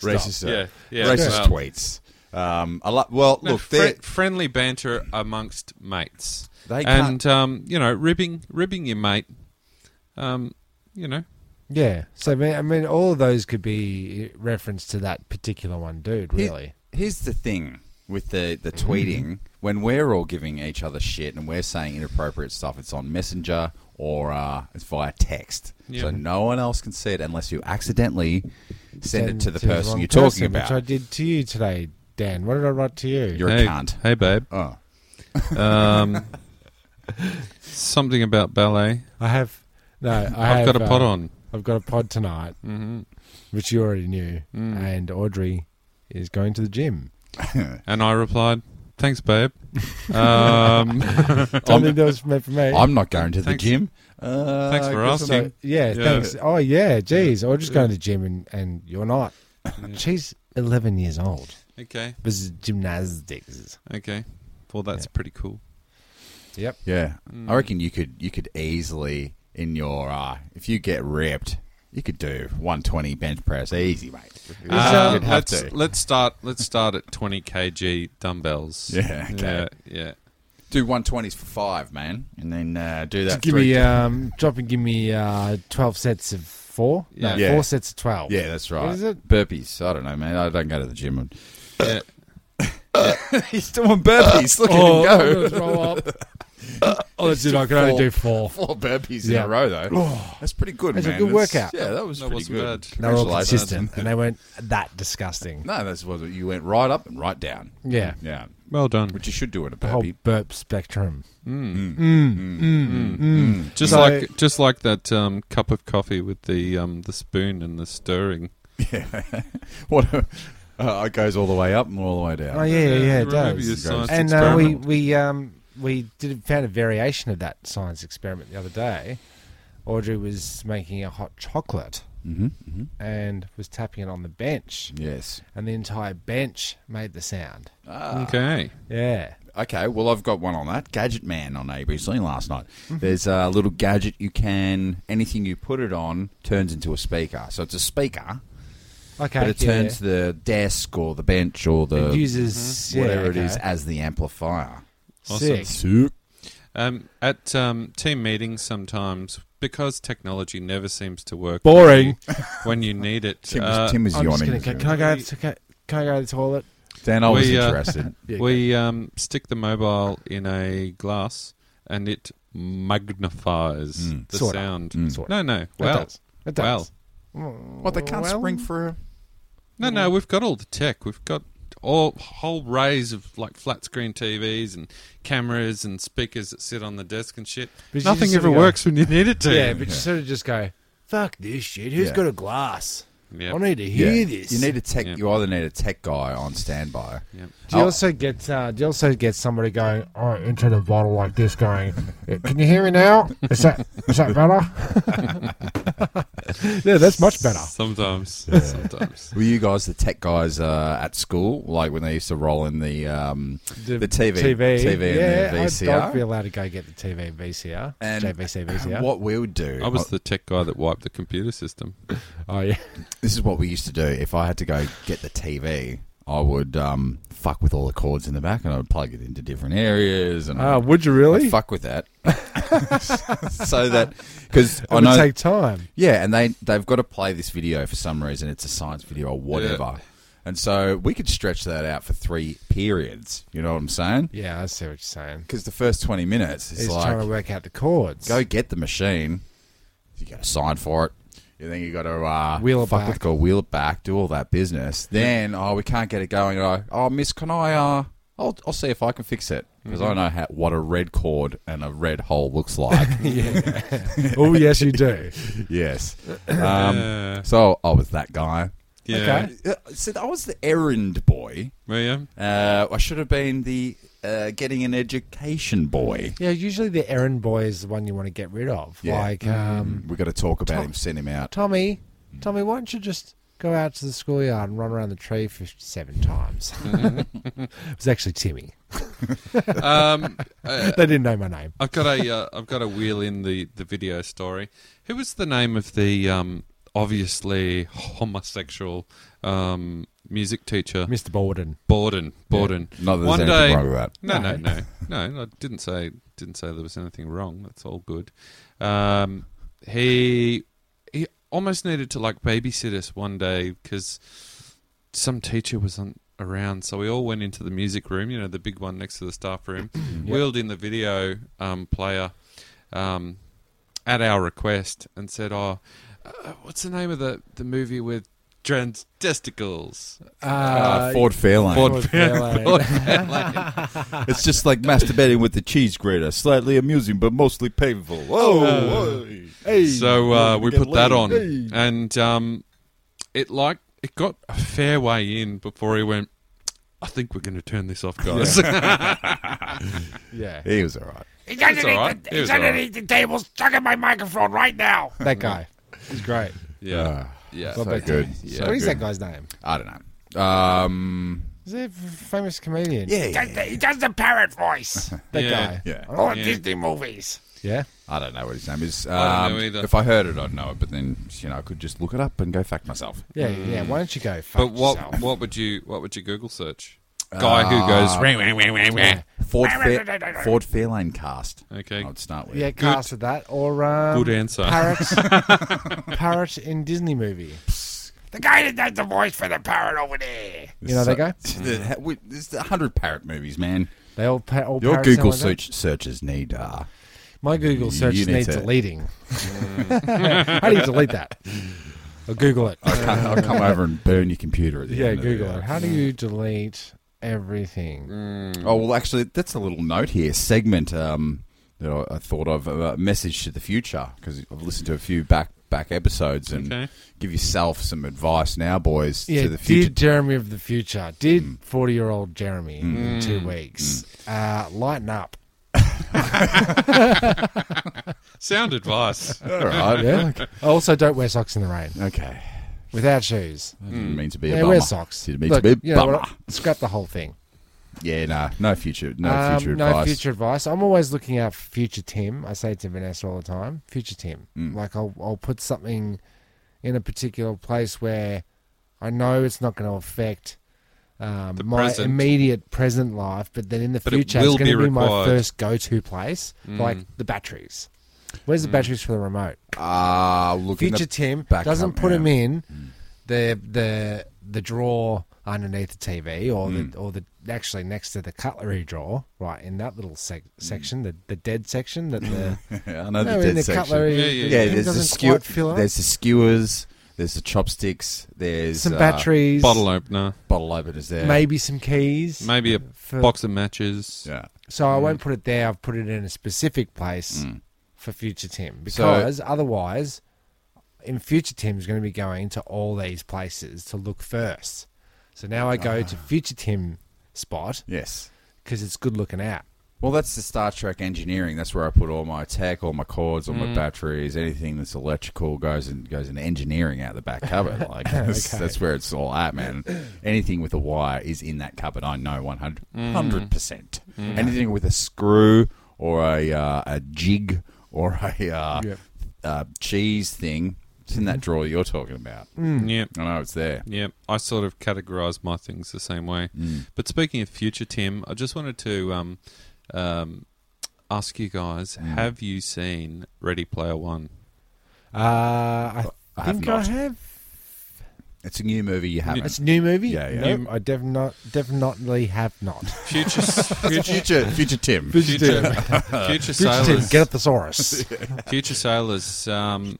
S3: Racist, uh,
S5: Yeah, yeah,
S3: racist
S5: well.
S3: tweets. Um, I lo- well,
S5: No,
S3: look,
S5: fri-
S3: they're-
S5: friendly banter amongst mates.
S3: They
S5: and um, you know, ribbing ribbing your mate. Um, you know,
S4: Yeah. So I mean, I mean, all of those could be reference to that particular one, dude.
S3: Here-
S4: Really. Mm-hmm.
S3: Here's the thing with the, the tweeting when we're all giving each other shit and we're saying inappropriate stuff, it's on Messenger or uh, it's via text.
S5: Yeah.
S3: So no one else can see it unless you accidentally send, it to the person
S4: wrong
S3: you're talking
S4: person,
S3: about.
S4: which I did to you today, Dan. What did I write to you?
S3: You're
S5: hey,
S3: a cunt.
S5: Hey, babe.
S3: Oh.
S5: Um, something about ballet.
S4: I have no. I have,
S5: I've got a pot
S4: uh,
S5: on.
S4: I've got a pod tonight,
S3: Mm-hmm.
S5: hmm
S4: which you already knew,
S3: Mm.
S4: and Audrey is going to the gym.
S3: Oh.
S5: And I replied, "Thanks, babe." Um,
S4: Don't think that was meant for me.
S3: I'm not going to
S5: Thanks.
S3: the gym. Uh,
S5: Thanks for
S3: I guess
S5: asking.
S3: I'm
S4: So, yeah,
S5: Yeah.
S4: thanks. Oh yeah, geez, or just going to the gym and, and you're not. She's eleven years old.
S5: okay,
S4: This is gymnastics.
S5: okay. Well, that's
S4: Yeah.
S5: pretty cool.
S4: Yep.
S3: Yeah,
S4: Mm.
S3: I reckon you could you could easily in your uh, if you get ripped, you could do 120 bench press easy, mate.
S5: Uh,
S3: You'd have
S5: let's
S3: to
S5: let's start let's start at twenty kg dumbbells.
S3: Yeah, okay.
S5: yeah, yeah.
S3: do 120s for five, man, and then uh, do that.
S4: Just give
S3: three
S4: me
S3: times.
S4: um, drop and give me uh, twelve sets of four. No,
S5: Yeah.
S4: four sets of twelve.
S3: Yeah, that's right.
S4: is it?
S3: Burpees. I don't know, man. I don't go to the gym.
S5: yeah.
S3: He's doing burpees. Look at him go.
S4: throw up. oh, that's it. Oh. I can only do four.
S3: oh. Four burpees
S4: Yeah.
S3: in
S4: Oh.
S3: a row, though. That's pretty good,
S4: That's a
S3: man.
S4: good workout.
S3: Yeah, that was
S5: That
S3: pretty
S5: wasn't
S3: good.
S5: bad.
S4: They were all
S3: Congratulations.
S4: consistent, and they weren't that disgusting.
S3: No, that's what you went right up and right down.
S4: Yeah,
S3: Yeah,
S5: Well done.
S3: which you should do at a
S4: the whole
S3: burpee.
S4: burp spectrum.
S5: Just
S4: So-
S5: like just like that um, cup of coffee with the um, the spoon and the stirring.
S3: What? a- Uh, it goes all the way up and all the way down.
S4: Oh yeah, yeah, yeah it
S5: remember
S4: does.
S5: your science
S4: and uh, we
S5: experiment.
S4: we um, we did found a variation of that science experiment the other day. Audrey was making a hot chocolate
S3: Mm-hmm, mm-hmm.
S4: and was tapping it on the bench,
S3: Yes.
S4: and the entire bench made the sound. Mm.
S5: okay.
S4: Yeah,
S3: Okay, well, I've got one on that. Gadget Man on ABC last night.
S4: Mm-hmm.
S3: There's a little gadget you can, anything you put it on turns into a speaker. So it's a speaker,
S4: okay.
S3: but it
S4: yeah.
S3: turns the desk or the bench or the Mm-hmm.
S4: it uses yeah,
S3: whatever it
S4: okay.
S3: is as the amplifier.
S5: Awesome.
S4: Sick.
S3: Sick.
S5: Um, at um, team meetings, sometimes because technology never seems to work.
S4: Boring.
S5: when you need it.
S3: Tim, is-
S5: Uh,
S3: Tim is
S4: I'm just
S3: yawning.
S4: gonna go, can I go? To, can I go to the toilet?
S3: Dan, I was
S5: We, uh,
S3: interested.
S4: Yeah,
S5: we um, stick the mobile in a glass and it magnifies
S3: Mm.
S5: the
S4: Sorta.
S5: sound.
S3: Mm.
S4: Sorta.
S5: No, no.
S4: It
S5: Well,
S4: does. It does.
S3: what, they can't
S4: Well-
S3: spring for a...
S5: no,
S4: Mm-hmm.
S5: no. We've got all the tech. We've got all whole rays of like flat screen TVs and cameras and speakers that sit on the desk and shit.
S4: But you
S5: Nothing
S4: just
S5: ever
S4: sorta go-
S5: works when you need it to.
S4: Yeah, but you sort of just go, fuck this shit. Who's
S3: Yeah.
S4: got a glass?
S5: Yep.
S4: I need to hear
S3: Yeah.
S4: this.
S3: You need a tech.
S5: Yep.
S3: You either need a tech guy on standby.
S5: Yep.
S4: Do you
S3: Oh.
S4: also get uh, do you also get somebody going oh, into the bottle like this, going, "Eh, "Can you hear me now? Is that is that better? yeah, that's much better.
S5: Sometimes. Sometimes.
S3: Were you guys the tech guys uh, at school, like when they used to roll in the um, the, TV,
S4: TV, yeah,
S3: and the
S4: I'd, I'd be
S3: VCR?
S4: allowed to go get the TV VCR,
S3: And
S4: JVC VCR.
S3: What we would do, uh,
S5: I was the tech guy that wiped the computer system.
S4: Oh yeah,
S3: this is what we used to do. If I had to go get the TV, I would um, fuck with all the cords in the back, and I would plug it into different areas, and
S4: uh,
S3: I'd-
S4: would you
S3: I'd
S4: really?
S3: fuck with that, so that because
S4: It
S3: I
S4: would
S3: know
S4: take time.
S3: Yeah, and they they've got to play this video for some reason. It's a science video or whatever. And so we could stretch that out for three periods. You know what I'm saying?
S4: Yeah, I see what you're saying.
S3: Because the first 20 minutes is
S4: He's trying to
S3: like
S4: work out the chords.
S3: go get the machine. You got to sign for it. And then you got to uh,
S4: Wheel it
S3: fuck
S4: back.
S3: with the- wheel it back, do all that business. Then oh, we can't get it going. Oh, oh miss, can I? Uh, I'll I'll see if I can fix it because
S4: Mm-hmm.
S3: I know how, what a red cord and a red hole looks like.
S4: oh yes, you do.
S3: yes. Um,
S5: yeah.
S3: So I was that guy.
S5: Yeah.
S4: Okay.
S3: Uh, So I was the errand boy.
S5: Well, yeah.
S3: Uh, I should have been the uh, getting an education boy.
S4: Yeah, usually the errand boy is the one you want to get rid of.
S3: Yeah. Mm-hmm.
S4: Like, um,
S3: We got to talk about
S4: Tom-
S3: him, send him out.
S4: Tommy,
S5: Mm.
S4: Tommy, why don't you just go out to the schoolyard and run around the tree fifty-seven times? it was actually Timmy.
S5: Mm-hmm. Um, uh,
S4: They didn't know my name.
S5: I've got a uh, I've got to wheel in the, the video story. Who was the name of the um, obviously homosexual um, music teacher?
S4: Mr. Borden.
S5: Borden. Borden.
S3: Not that there's
S5: One
S3: anything
S5: day-
S3: wrong with that.
S5: No, no,
S4: No.
S5: no, no. I didn't say didn't say there was anything wrong. That's all good. Um, he he almost needed to like babysit us one day because some teacher wasn't around, so we all went into the music room. You know, the big one next to the staff room. Wheeled in the video um, player um, at our request and said, "Oh, uh, what's the name of the the movie with trans testicles?"
S3: Uh, Ford Fairlane.
S5: Ford
S4: Fairlane.
S3: It's just like masturbating with the cheese grater. Slightly amusing, but mostly painful. Oh,
S5: so uh, we
S3: get
S5: put that
S3: laid.
S5: on, and um, it like it got a fair way in before he went. I think we're going to turn this off, guys.
S4: yeah,
S3: he was all right.
S6: He's
S5: It's
S6: underneath,
S5: all right.
S6: the,
S5: It was
S6: he's
S5: all right.
S6: underneath the table, stuck in my microphone right now.
S4: that guy. He's great.
S5: yeah, yeah.
S4: Love
S3: Uh, so
S4: that
S3: good.
S4: guy.
S3: So
S4: what is
S3: good.
S4: that guy's name?
S3: I don't know. Um,
S4: Is he a f- famous comedian?
S3: yeah, yeah,
S6: Does the- He does the parrot voice.
S4: that
S5: Yeah.
S4: guy.
S3: yeah.
S6: All the
S5: Yeah.
S6: Disney movies.
S4: Yeah,
S3: I don't know what his name is. Um,
S5: I don't know either.
S3: If I heard it, I'd know it. But then, you know, I could just look it up and go fact myself.
S4: yeah, yeah. Why don't you go? Fuck
S5: Mm. But what
S4: yourself?
S5: what would you what would you Google search?
S3: Uh,
S5: Guy who goes ring ring ring ring ring.
S3: Ford, Fair- Ford Fairlane cast.
S5: Okay.
S3: I'd start with.
S4: Yeah, cast of that or um,
S5: Good answer.
S4: Parrot, parrot in Disney movie.
S6: The guy that does the voice for the parrot over there.
S4: You know that guy?
S3: The, we- there's a hundred parrot movies, man.
S4: They all, pa- all
S3: Your
S4: parrots sound
S3: Google
S4: like that.
S3: search searches need. Uh,
S4: My Google search
S3: You need
S4: needs
S3: to- Mm.
S4: deleting. How do you delete that? Or Google it.
S3: I can't- I'll come over and burn your computer at the
S4: Yeah,
S3: end. of the uh,
S4: Google it.
S3: hour.
S4: How do
S3: Mm.
S4: you delete everything?
S3: Oh well, actually, that's a little note here. Segment um, that I, I thought of a message to the future because I've listened to a few back back episodes and
S5: Okay.
S3: give yourself some advice now, boys,
S4: Yeah,
S3: to the future. Mm.
S4: did Jeremy of the future? Did forty-year-old Jeremy in two weeks uh, lighten up?
S5: Sound advice.
S3: All right.
S4: Yeah. also, don't wear socks in the rain
S3: Okay.
S4: without shoes.
S3: Didn't mean to be a
S4: Yeah,
S3: bummer.
S4: wear socks.
S3: Didn't mean
S4: Look,
S3: to be a
S4: you know
S3: bummer.
S4: what? Scrap the whole thing.
S3: Yeah, no, no future, no
S4: Um,
S3: future
S4: no
S3: advice.
S4: future advice. I'm always looking out for future Tim. I say to Vanessa all the time, future Tim.
S3: Mm.
S4: Like I'll I'll put something in a particular place where I know it's not going to affect um,
S5: The
S4: my
S5: present.
S4: immediate present life, but then in the
S5: But it
S4: future
S5: will
S4: it's going to
S5: be
S4: be, my
S5: required.
S4: first go-to place,
S3: Mm.
S4: like the batteries. Where's the batteries for the remote?
S3: Ah, look in the
S4: Future Tim
S3: back
S4: doesn't
S3: up,
S4: put
S3: yeah.
S4: him in the the the drawer underneath the TV or
S3: Mm.
S4: the or the actually next to the cutlery drawer, right in that little sec- section, the the dead section that the
S3: Yeah, I know
S4: no,
S3: Mm. the
S4: in
S3: dead
S4: the
S3: section.
S4: cutlery.
S5: Yeah,
S4: the
S5: yeah,
S3: Yeah,
S4: thing
S3: there's the
S4: doesn't
S3: skew-
S4: quite fill up.
S3: There's the skewers. There's the chopsticks. There's
S4: some
S3: uh,
S4: batteries,
S5: Bottle opener.
S3: bottle openers there.
S4: maybe some keys.
S5: Maybe a
S4: For-
S5: box of matches.
S3: Yeah.
S4: So I won't put it there. I've
S3: Mm.
S4: put it in a specific place for future Tim because otherwise, in future Tim's going to be going to all these places to look first. So now I
S3: Ah.
S4: go to future Tim spot
S3: Yes.
S4: because it's good looking out.
S3: Well, that's the Star Trek engineering. That's where I put all my tech, all my cords, all my batteries, anything that's electrical goes and goes into engineering out the back cupboard. Like that's, that's where it's all at, man. Anything with a wire is in that cupboard. I know one hundred percent. Anything with a screw or a uh, a jig or a uh,
S4: Yep.
S3: uh, cheese thing, it's in that drawer you're talking about.
S5: Yep.
S3: I know it's there.
S5: Yeah, I sort of categorise my things the same way. But speaking of future Tim, I just wanted to um, um, ask you guys: Have you seen Ready Player One?
S4: Uh, I,
S3: I have
S4: think I
S3: not. Uh,
S4: have.
S3: It's a new movie you haven't.
S4: It's a new movie.
S3: Yeah, yeah.
S4: Nope, I def- not, definitely have not.
S5: Future, future,
S3: future, future Tim.
S5: future, future
S4: Future Tim,
S5: sailors.
S4: get up the thesaurus.
S5: Future sailors. Um,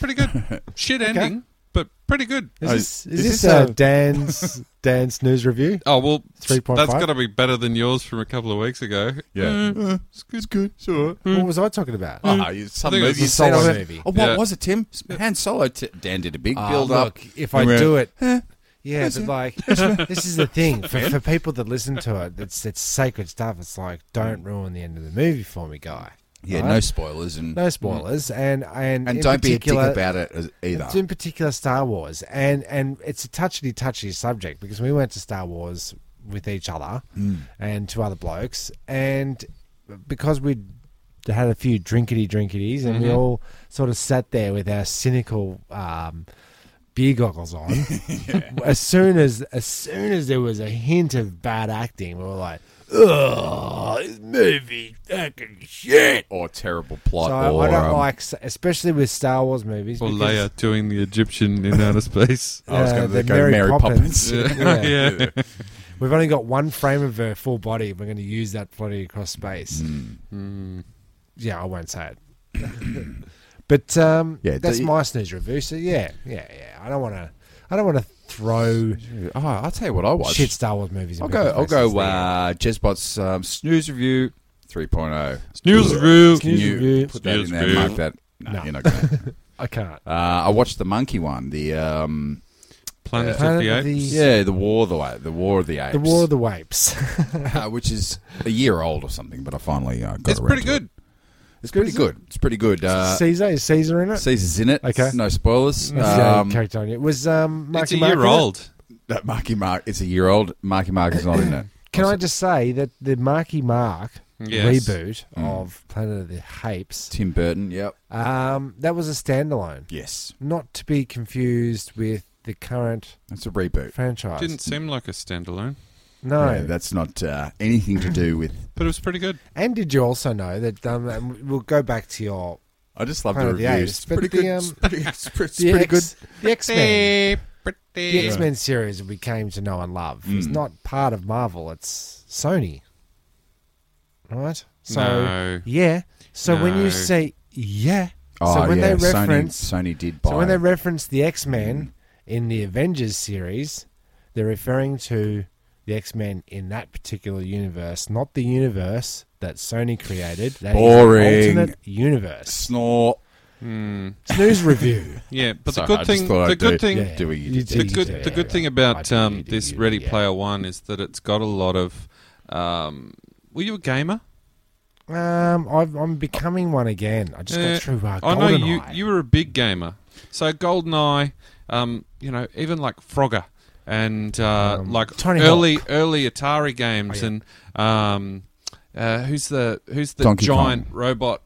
S5: pretty good. Shit ending, but pretty good.
S4: Is
S3: Oh,
S4: this, is
S3: is
S4: this,
S3: this
S4: uh,
S3: a-
S4: Dan's Dan's news review?
S5: Oh well,
S4: 3.5?
S5: that's got to be better than yours from a couple of weeks ago.
S3: Yeah, Uh, it's good. It's good. It's all right.
S4: What was I talking about?
S3: Ah, you- some
S5: I think it was
S3: movie
S5: a
S3: said
S4: solo
S3: I was-
S4: movie.
S3: Oh, what
S5: Yeah.
S3: was it, Tim? Han Solo. T- Dan did a big
S4: Ah,
S3: build up.
S4: look, if I
S3: And we're- Eh,
S4: do it, yeah, but like this is the thing for, for people that listen to it. It's it's sacred stuff. It's like don't ruin the end of the movie for me, guy.
S3: Yeah,
S4: Right?
S3: no spoilers and
S4: no spoilers, and and
S3: and
S4: in
S3: don't be a dick
S4: particular-
S3: about it as-
S4: It's
S3: either.
S4: in particular Star Wars, and and it's a touchy touchy subject because we went to Star Wars with each other and two other blokes, and because we had a few drinkety drinkities, and we all sort of sat there with our cynical. Um, Beer goggles on. As soon as as soon as there was a hint of bad acting, we were like, "Ugh, this movie fucking shit."
S3: Or terrible plot.
S4: So
S3: or,
S4: I don't
S3: um,
S4: like, especially with Star Wars movies.
S5: Or
S4: because-
S5: Leia doing the Egyptian in outer space.
S3: I was
S4: uh,
S3: going
S4: the
S3: to go
S4: Mary
S3: Mary,
S4: Poppins.
S3: Poppins.
S4: Yeah.
S5: yeah.
S4: We've only got one frame of her full body. We're going to use that body across space.
S3: Hmm.
S4: Hmm. Yeah, I won't say it. but um,
S3: Yeah,
S4: that's
S3: do you-
S4: my snooze review. So yeah, yeah, yeah. I don't want to. I don't want to throw
S3: oh, I'll tell you what I watched.
S4: shit Star Wars movies. in
S3: I'll go. I'll
S4: people's faces.
S3: go. Uh, Jezbot's um, snooze review 3.0.
S5: News review.
S3: Can you
S4: review.
S3: put that
S5: Snooze
S3: in there?
S5: review.
S3: Mark that. No, you're not going. to
S4: I can't.
S3: uh, I watched the monkey one. The um,
S5: Planet of
S4: Planet
S5: the
S4: of the-
S5: Apes.
S3: yeah, the war of the the war of the apes.
S4: The War of the Wapes.
S3: uh, which is a year old or something. But I finally uh, got
S5: It's
S3: around
S5: pretty
S3: to it.
S5: good.
S3: It's pretty good. It's pretty good. Uh,
S4: Caesar is Caesar in it.
S3: Caesar's in it.
S4: Okay. Mm-hmm.
S3: No spoilers.
S4: That's the only
S3: Um,
S4: character on it was um. Marky
S5: It's a
S4: Mark
S5: year
S4: in it?
S5: old.
S3: that Marky Mark. It's a year old. Marky Mark is not in it.
S4: Can I just say that the Marky Mark
S5: Yes.
S4: reboot
S3: Hmm.
S4: of Planet of the Apes,
S3: Tim Burton. Yep.
S4: um, that was a standalone.
S3: Yes.
S4: not to be confused with the current
S3: That's a reboot.
S4: franchise.
S5: Didn't seem like a standalone,
S4: no.
S3: Yeah, that's not uh, anything to do with.
S5: but it was pretty good.
S4: and did you also know that? Um, and we'll go back to your
S3: I just love
S4: Planet
S3: the
S4: of the
S3: reviews.
S4: Apes,
S3: it's
S4: but
S3: pretty
S4: the,
S3: good.
S4: um,
S3: it's pretty, it's pretty, it's
S4: the
S3: pretty
S4: X, the X Men, the
S5: Pretty.
S4: X Men series that we came to know and love.
S3: Mm.
S4: It's not part of Marvel. It's Sony, right? So
S5: No.
S4: yeah. So when
S5: No.
S4: you say yeah,
S3: good. Oh
S4: so when
S3: yeah,
S4: they reference
S3: Sony, Sony did buy.
S4: So when they
S3: it.
S4: reference the X Men in the Avengers series, they're referring to the X Men in that particular universe, not the universe that Sony created. That is an
S3: Boring.
S4: alternate universe.
S3: snore.
S4: Snooze review.
S5: Yeah, but
S3: Sorry,
S5: the good
S3: I just
S5: thing,
S3: thought
S5: the
S3: I'd
S5: good
S3: do-
S5: thing,
S4: Yeah.
S3: Do we?
S4: You
S5: the
S4: do, you
S5: good,
S4: do,
S5: the
S4: yeah,
S5: good
S4: yeah.
S5: thing
S4: I
S5: about
S4: do,
S5: um,
S4: you do,
S5: this
S4: you do,
S5: Ready
S4: yeah.
S5: Player One is that it's got a lot of. Um, were you a gamer?
S4: Um, I've, I'm becoming one again. I just
S5: Yeah.
S4: got through uh,
S5: Eh, I know you.
S4: GoldenEye.
S5: You were a big gamer. So GoldenEye, um, you know, even like Frogger and uh,
S4: Um,
S5: like
S4: Tony
S5: early early Atari games
S4: Oh,
S5: and um, uh, who's the who's the
S3: Donkey
S5: giant robot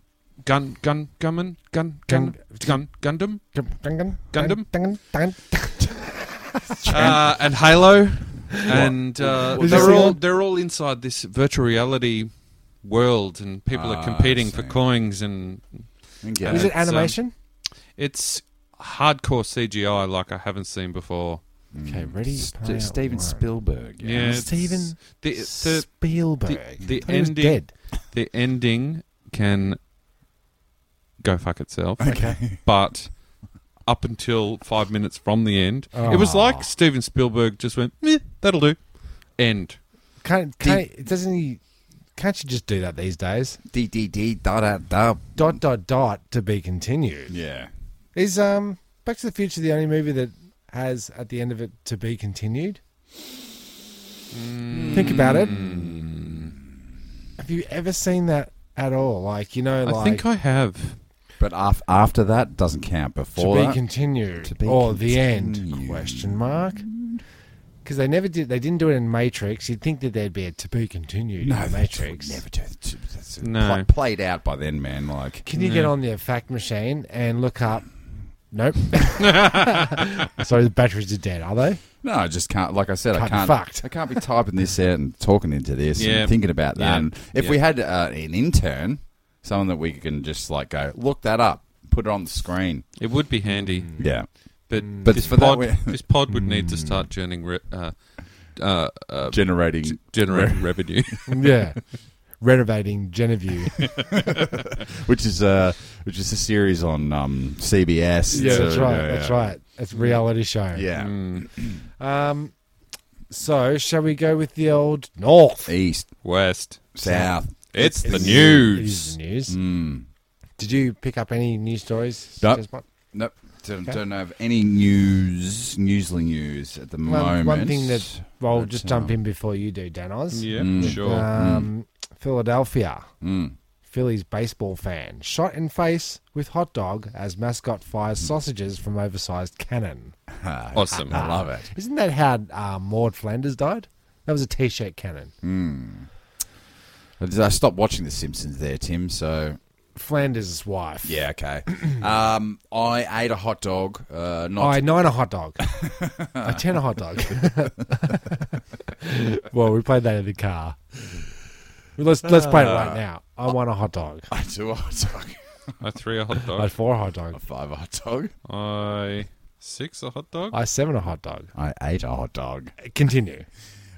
S5: gun gun gunman gun gun gun Gundam
S4: Gundam.
S5: Gundam?
S4: Gundam. Gundam.
S5: uh, and Halo, and uh,
S4: What?
S5: they're
S4: What?
S5: all they're all inside this virtual reality world, and people
S3: Ah,
S5: are competing for
S3: same.
S5: coins, and
S3: Yeah.
S4: Is it
S5: It's, um,
S4: animation?
S5: it's hardcore CGI like I haven't seen before.
S4: okay, ready. player
S3: St- Mm. Steven
S4: one.
S3: Spielberg.
S5: Yeah, it's-
S4: Steven
S5: the the,
S4: Spielberg.
S5: the
S4: I thought he was
S5: ending-
S4: dead.
S5: the ending can go fuck itself,
S3: Okay.
S5: but. Up until five minutes from the end, it was
S4: Aw.
S3: Ah.
S5: like Steven Spielberg just went, Meh, "That'll do." End.
S4: Can't, can't doesn't he? Can't you just do that these days?
S3: D D D da da da.
S4: Dot dot dot to be continued.
S3: Yeah.
S4: Is um Back to the Future the only movie that has at the end of it to be continued?
S5: Mm.
S4: Think about it. Have you ever seen that at all? Like you know, like
S5: I think I have.
S3: But af- after that doesn't count.
S4: to
S3: Before
S4: be
S3: that,
S4: continued
S3: To be
S4: or the end
S3: continued.
S4: question mark because they never did they didn't do it in matrix you'd think that there'd be a to be continued
S3: no,
S4: in
S3: that's-
S4: matrix
S3: Never do. That's, that's
S5: No.
S3: pla- played out by then, man. Like
S4: can you get on the fact machine and look up nope so the batteries are dead are they
S3: No, I just can't. Like I said, I
S4: Can't be
S3: can't.
S4: fucked.
S3: I can't be typing this out and talking into this
S5: Yeah.
S3: and thinking about that.
S5: Yeah.
S3: And if
S5: Yeah.
S3: we had uh, an intern, someone that we can just like go look that up, put it on the screen.
S5: It would be handy,
S3: Yeah,
S5: but,
S3: Mm. But
S5: this,
S3: for that
S5: pod,
S3: we- Mm.
S5: this pod would need to start generating re- uh, uh, uh,
S3: generating.
S5: g- generating revenue.
S4: yeah renovating genevieve
S3: which is uh, which is a series on um, CBS.
S4: yeah
S3: So,
S4: that's right
S3: yeah,
S4: that's
S3: yeah.
S4: right Mm. it's a reality show
S3: Yeah,
S5: Mm.
S4: um so shall we go with the old north
S3: east,
S5: West.
S3: south.
S5: It's, the
S4: It's- it is
S5: news.
S4: the news
S3: Mm.
S4: Did you pick up any news stories?
S3: Nope.
S4: Desmond?
S3: Nope. Don't,
S4: Okay.
S3: don't have any news, newsly news at the
S4: One,
S3: moment.
S4: one thing that well,
S3: But,
S4: just jump
S3: uh,
S4: in before you do, Dan Oz.
S5: Yeah,
S3: Mm.
S5: sure.
S4: Um, Philadelphia,
S3: Mm.
S4: Phillies baseball fan shot in face with hot dog as mascot fires
S3: Mm.
S4: sausages from oversized cannon.
S5: awesome.
S4: Ah.
S3: I love it.
S4: Isn't that how uh, Maud Flanders died? That was a t-shirt cannon.
S3: Mm. I just- I stopped watching The Simpsons there, Tim. So
S4: Flanders' wife.
S3: yeah, okay. um, I ate a hot dog. Uh, not
S4: I nine a hot dog. I ten a hot dog. well, we played that in the car. Let's let's play it right now. I want a hot dog.
S3: I do a hot dog.
S5: I three a hot
S4: I
S5: dog.
S4: had four hot dog.
S3: A five a hot dog.
S5: I six a hot dog.
S4: I seven a hot dog.
S3: I ate a hot dog.
S4: Continue.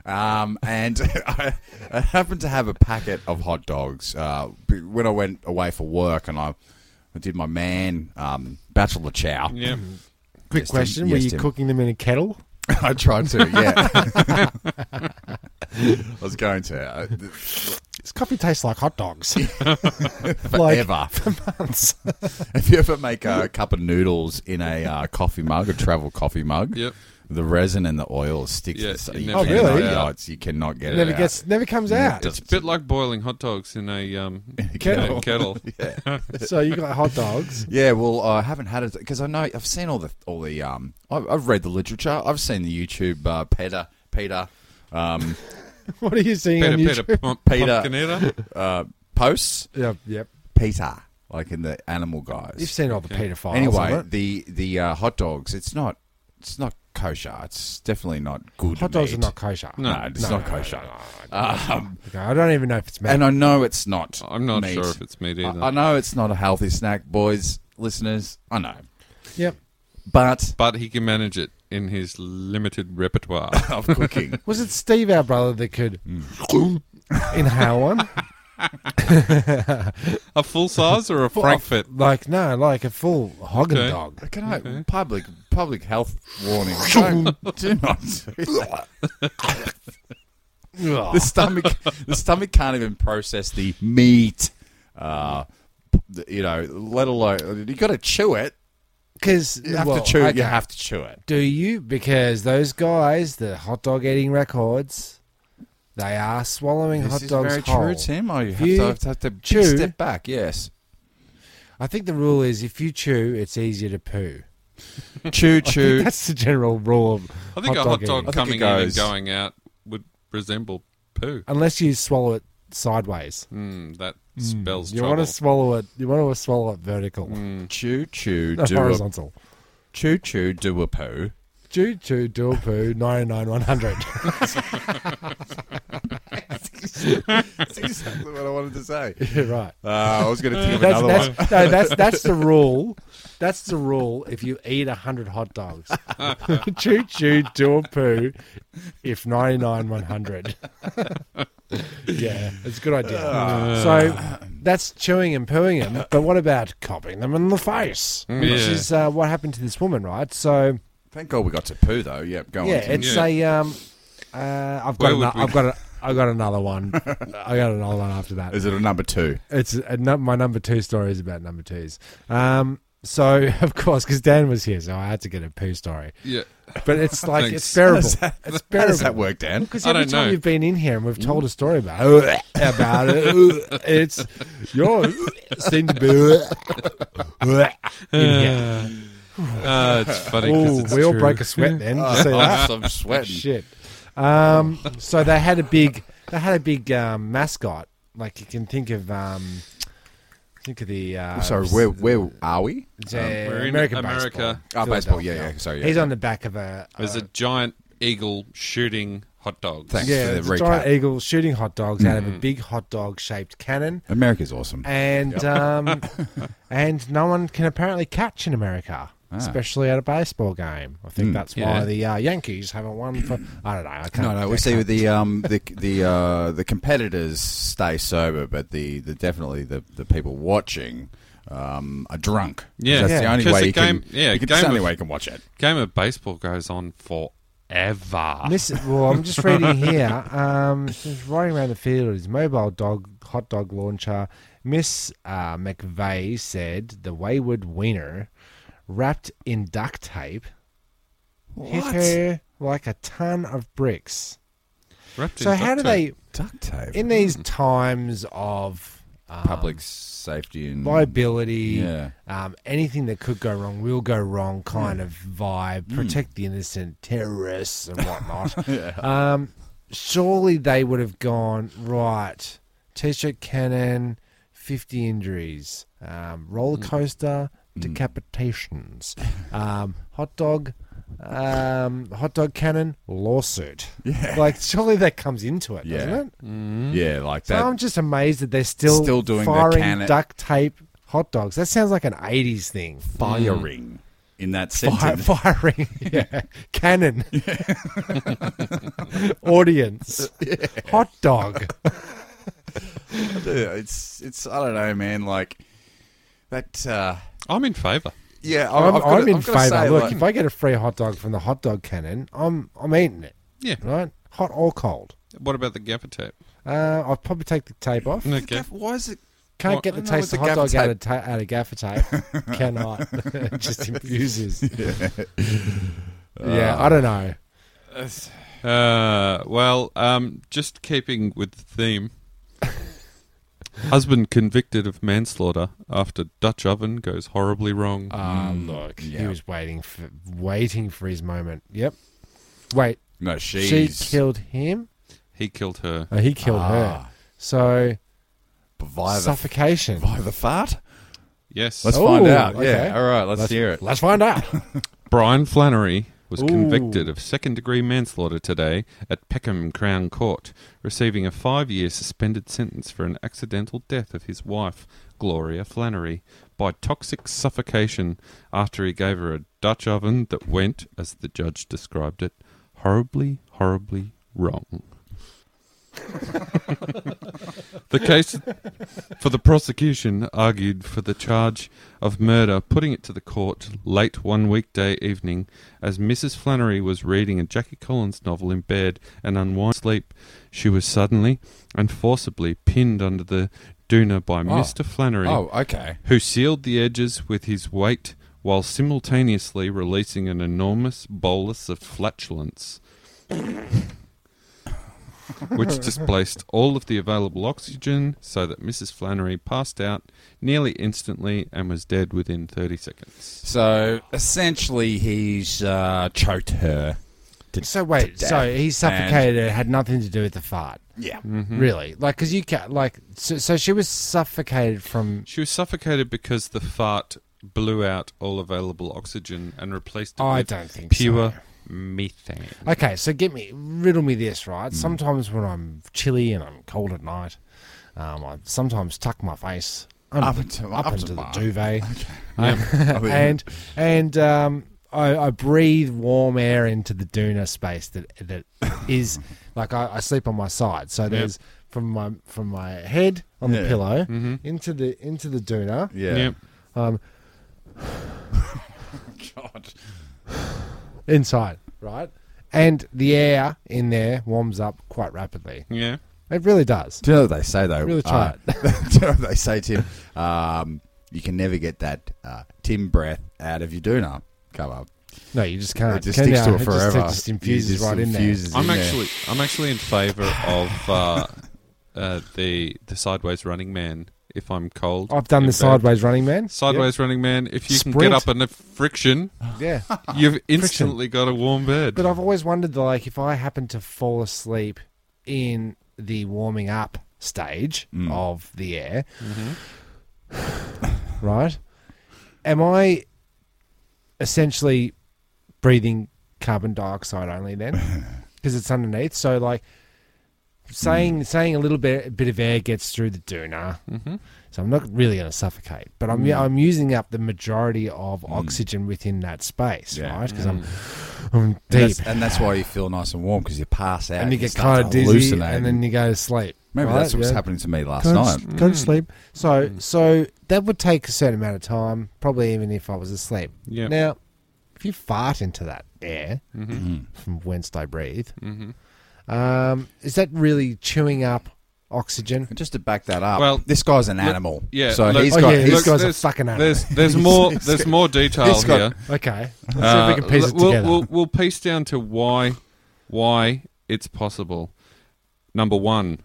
S3: Um, and I, I happened to have a packet of hot dogs uh, b- when I went away for work, and I, I did my man um, bachelor chow.
S5: Yeah.
S4: Quick
S3: Yes, Tim.
S4: question: Were
S3: Yes,
S4: you
S3: Tim.
S4: cooking them in a kettle?
S3: I tried to. Yeah, I was going to uh, th-
S4: This coffee tastes like hot dogs.
S3: forever.
S4: Months.
S3: If you ever make a cup of noodles in a uh, coffee mug, a travel coffee mug,
S5: Yep.
S3: the resin and the oil sticks.
S5: Yeah,
S3: to- so
S5: it
S3: you
S5: never
S4: Oh, really?
S3: cannot-
S5: gets out.
S3: yeah, it's- you cannot get it.
S4: never
S3: out.
S4: gets, never comes out.
S5: It's a bit like boiling hot dogs in a um
S4: Kettle.
S5: kettle. kettle.
S4: So you got hot dogs.
S3: Yeah, well, I haven't had it because I know I've seen all the all the um. I've, I've read the literature. I've seen the YouTube uh, Peter Peter um,
S4: What are you seeing
S5: Peter
S4: on
S5: Peter
S4: YouTube?
S5: Pump,
S3: Peter.
S5: Pumpkin Eater.
S3: uh, posts.
S4: Yep, yep.
S3: Peter, like in the Animal Guys.
S4: You've seen Oh, all the pedophiles.
S3: anyway,
S4: haven't you?
S3: the the uh, hot dogs. It's not it's not kosher. It's definitely not good.
S4: hot dogs
S3: meat.
S4: are not kosher.
S3: No, it's
S4: No,
S3: not
S4: no, no,
S3: kosher. Um,
S4: Okay, I don't even know if it's meat.
S3: and I know it's not.
S5: I'm not
S3: meat.
S5: sure if it's meat either.
S3: I, I know it's not a healthy snack, boys, listeners. I know,
S4: yep.
S3: but
S5: but he can manage it in his limited repertoire.
S3: of cooking.
S4: Was it Steve, our brother, that could
S3: Mm.
S4: inhale one?
S5: a full size or a Frankfurt?
S4: Like no, like a full hog
S5: Okay.
S4: dog.
S3: Can I public public health warning? Don't, do not. do that. the stomach the stomach can't even process the meat. Uh, the- you know, let alone you got to chew it.
S4: Because
S3: You have to chew. it. You have to chew it.
S4: Do you? Because those guys, the hot dog eating records, they are swallowing hot dogs whole.
S3: Tim. I have
S4: You
S3: to have to, have to big
S4: chew-
S3: step back. Yes,
S4: I think the rule is if you chew, it's easier to poo.
S3: chew, chew.
S4: That's the general rule. Of
S5: I think
S4: hot dog
S5: a hot
S4: eating.
S5: dog
S3: it
S5: coming in
S3: goes-
S5: and going out would resemble poo.
S4: unless you swallow it sideways.
S5: Mm, that spells
S4: You
S5: trouble.
S4: want to swallow it. You want to swallow it vertical,
S3: Chew, chew,
S4: not
S3: Mm, do a
S4: horizontal.
S3: chew, chew, do a poo.
S4: Chew, chew, do a poo. Ninety nine, one hundred.
S3: That's exactly what I wanted to say.
S4: You're right.
S3: Uh, I was going to think of
S4: That's,
S3: another one.
S4: that's, no, that's that's the rule. That's the rule. If you eat hundred hot dogs, choo choo, do a poo. If ninety nine, one hundred. yeah, it's a good idea.
S5: Uh.
S4: so that's chewing and pooing them. But what about copping them in the face? Which
S5: Mm. Yeah.
S4: is uh, what happened to this woman, right? So
S3: Thank God we got to poo though. Yeah,
S5: Oh,
S3: go
S4: yeah,
S3: on. Tim.
S4: it's
S5: Yeah.
S4: a. Um, uh, I've got.
S5: Where would
S4: An-
S5: we-
S4: I've got. A, I've got another one. I got another one after that. uh,
S3: Is it a number two?
S4: It's a, num- my number two story is about number twos. Um, So of course, because Dan was here, so I had to get a poo story.
S5: Yeah.
S4: But it's like
S5: Thanks.
S4: it's bearable. it's
S3: How
S4: bearable.
S3: does that work, Dan?
S4: Because
S5: I
S4: every
S5: don't
S4: time
S5: know.
S4: you've been in here and we've told a story about it, about it, it's your seem to be in here.
S5: Uh, it's funny because
S4: Ooh,
S5: it's
S4: we all
S5: true.
S4: broke a sweat then. Did you see that?
S3: Uh, I'm sweating.
S4: Shit. Um, so they had a big, they had a big um, mascot. Like you can think of, um, think of the. Uh,
S3: Oh, Sorry, where where are we?
S4: the
S5: We're in
S4: American
S5: America.
S4: baseball.
S3: Ah, baseball. Yeah, yeah. Sorry. Yeah,
S4: He's
S3: yeah.
S4: on the back of a. uh, a
S5: There's a giant eagle shooting hot dogs.
S3: Thanks.
S4: yeah,
S3: for the Mm.
S4: it's a giant
S3: recap.
S4: eagle shooting hot dogs out of a big hot dog shaped cannon.
S3: America's awesome.
S4: and um, and no one can apparently catch in America,
S3: Ah.
S4: especially at a baseball game. I
S3: Hmm.
S4: think that's
S5: yeah.
S4: why the uh, Yankees haven't won for. I don't know. I can't.
S3: No, no. We see the um the the uh, the competitors stay sober, but the, the definitely the, the people watching um, are drunk.
S5: Yeah.
S3: that's the
S5: Yeah.
S3: only
S5: 'Cause
S3: way
S5: the
S3: you
S5: game-
S3: can.
S5: yeah,
S3: you can,
S5: game
S3: that's the only
S5: of-
S3: way you can watch it.
S5: Game of baseball goes on forever.
S4: Miss, well, I'm just reading here. Um, he's riding around the field with his mobile dog, hot dog launcher. Miss uh, McVeigh said the wayward wiener, wrapped in duct tape, hit her like a ton of bricks.
S5: Wrapped in
S4: So how
S5: duct
S4: do they
S5: tape.
S3: Duct tape.
S4: in these times of um,
S3: Public safety and
S4: liability,
S3: Yeah.
S4: um, anything that could go wrong will go wrong kind of vibe,
S3: Mm.
S4: protect the innocent, terrorists and whatnot. um, surely they would have gone, right, T-shirt cannon, 50 injuries, um,
S3: Mm.
S4: roller coaster, decapitations, um, hot dog. Um, hot dog cannon lawsuit. Yeah, like surely that comes into it,
S3: Yeah.
S4: doesn't it?
S5: Mm-hmm.
S3: yeah, like
S4: So
S3: that.
S4: I'm just amazed that they're still
S3: Still doing the
S4: firing
S3: can-
S4: duct tape hot dogs. That sounds like an '80s thing.
S3: firing
S5: Mm-hmm.
S3: in that
S4: Fire,
S3: sentence.
S4: firing, yeah, cannon, audience, hot dog.
S3: Yeah, it's it's I don't know, man. Like that. Uh,
S5: I'm in favour.
S3: yeah, I-
S4: I'm,
S3: I've
S4: I'm,
S3: gotta-
S4: in
S3: I've gotta
S4: favour.
S3: say,
S4: Look,
S3: like-
S4: if I get a free hot dog from the hot dog cannon, I'm I'm eating it.
S5: Yeah.
S4: right, hot or cold.
S5: What about the gaffer tape?
S4: Uh, I'll probably take the tape off.
S5: Okay.
S3: Gaff, why is it?
S4: Can't
S5: What-
S4: get the
S3: no,
S4: taste
S3: with
S4: of
S3: the
S4: hot dog
S3: gaffer
S4: out of, ta- out of gaffer tape. Cannot. It just infuses. Yeah. I don't know.
S5: Uh, well, um, just keeping with the theme. Husband convicted of manslaughter after Dutch oven goes horribly wrong.
S4: Ah, look, he
S3: Um, yeah.
S4: was waiting for waiting for his moment. Yep. Wait,
S3: No, she's
S4: she killed him.
S5: he killed her.
S4: Oh, he killed her.
S3: Ah.
S4: So
S3: via the,
S4: suffocation.
S3: via the fart.
S5: Yes.
S3: Let's
S4: Oh,
S3: find out.
S4: okay.
S3: Yeah, all right, let's hear it.
S4: Let's find out.
S5: Brian Flannery was
S4: Ooh.
S5: convicted of second degree manslaughter today at Peckham Crown Court, receiving a five year suspended sentence for an accidental death of his wife, Gloria Flannery, by toxic suffocation after he gave her a Dutch oven that went, as the judge described it, horribly, horribly wrong. The case for the prosecution argued for the charge of murder, putting it to the court late one weekday evening as Mrs. Flannery was reading a Jackie Collins novel in bed and unwind sleep. She was suddenly and forcibly pinned under the doona by Mr. Flannery,
S3: Oh, okay.
S5: who sealed the edges with his weight while simultaneously releasing an enormous bolus of flatulence which displaced all of the available oxygen so that Mrs. Flannery passed out nearly instantly and was dead within 30 seconds.
S3: So essentially, he's uh, choked her. To,
S4: So wait,
S3: to
S4: so
S3: death.
S4: he suffocated. It had nothing to do with the fart,
S3: And- yeah.
S4: really. Like, cause you can like, so, so she was suffocated from.
S5: She was suffocated because the fart blew out all available oxygen and replaced it
S4: I
S5: with
S4: don't think
S5: pure
S4: so.
S5: methane.
S4: Okay, so get me, riddle me this, right?
S3: Mm.
S4: Sometimes when I'm chilly and I'm cold at night, um, I sometimes tuck my face under,
S3: Up
S4: the-
S3: into-
S4: up
S3: up
S4: into
S3: to
S4: the
S3: my-
S4: duvet,
S3: I mean,
S4: and and um, I, I breathe warm air into the doona space that that is like I, I sleep on my side, so there's from my from my head on the
S3: Yeah. Mm-hmm.
S4: pillow into the into the doona,
S3: yeah.
S5: Yep.
S3: God.
S4: inside, right? And the air in there warms up quite rapidly.
S5: Yeah.
S4: It really does.
S3: Do you know what they say though?
S4: Really try
S3: Uh, do you know what they say, Tim? Um, you can never get that uh, Tim breath out of your doona cover.
S4: No, you just can't.
S3: It just
S4: Uh, can
S3: sticks
S4: you?
S3: to it
S4: just-
S3: forever.
S4: It just infuses
S3: It just
S4: right in
S3: infuses
S5: I'm
S3: there.
S5: actually I'm actually in favour of uh, uh, the the sideways running man if I'm cold.
S4: there. I've done
S5: in
S4: the
S5: bed.
S4: sideways running man.
S5: Sideways running man. If you can get
S4: Sprint.
S5: up enough friction,
S4: Yeah. yeah.
S5: you've instantly got a warm bed.
S4: But I've always wondered, like, if I happen to fall asleep in the warming up stage
S3: Mm.
S4: of the air,
S3: Mm-hmm.
S4: right? Am I essentially breathing carbon dioxide only then? Because it's underneath. So, like, saying
S3: Mm.
S4: saying a little bit a bit of air gets through the doona,
S3: Mm-hmm.
S4: so I'm not really going to suffocate. But I'm
S3: Mm.
S4: I'm using up the majority of oxygen within that space,
S3: Yeah. Mm.
S4: right? Because I'm I'm
S3: And
S4: deep
S3: that's, and that's why you feel nice and warm because you pass out
S4: and you get
S3: start
S4: kind of
S3: to
S4: dizzy,
S3: hallucinate.
S4: and then you go to sleep.
S3: Maybe
S4: right?
S3: that's what was
S4: Yeah. Mm.
S3: happening to me last
S4: Go to,
S3: night. Mm.
S4: go to sleep. So, so that would take a certain amount of time, probably even if I was asleep.
S5: Yeah.
S4: Now, if you fart into that air
S3: Mm-hmm.
S4: from whence I breathe, um, is that really chewing up oxygen?
S3: And just to back that up,
S5: Well,
S3: this guy's an
S5: look-
S3: animal.
S5: yeah,
S3: so
S5: look-
S3: he's
S4: Oh,
S3: got
S4: yeah,
S3: he's
S4: look,
S3: got
S4: guy's a fucking animal.
S5: there's there's more there's more detail
S3: he's got-
S5: here.
S4: Okay, let's see
S5: Uh,
S4: if we can piece
S5: l-
S4: it
S5: we'll,
S4: together.
S5: We'll, we'll piece down to why why it's possible. Number one,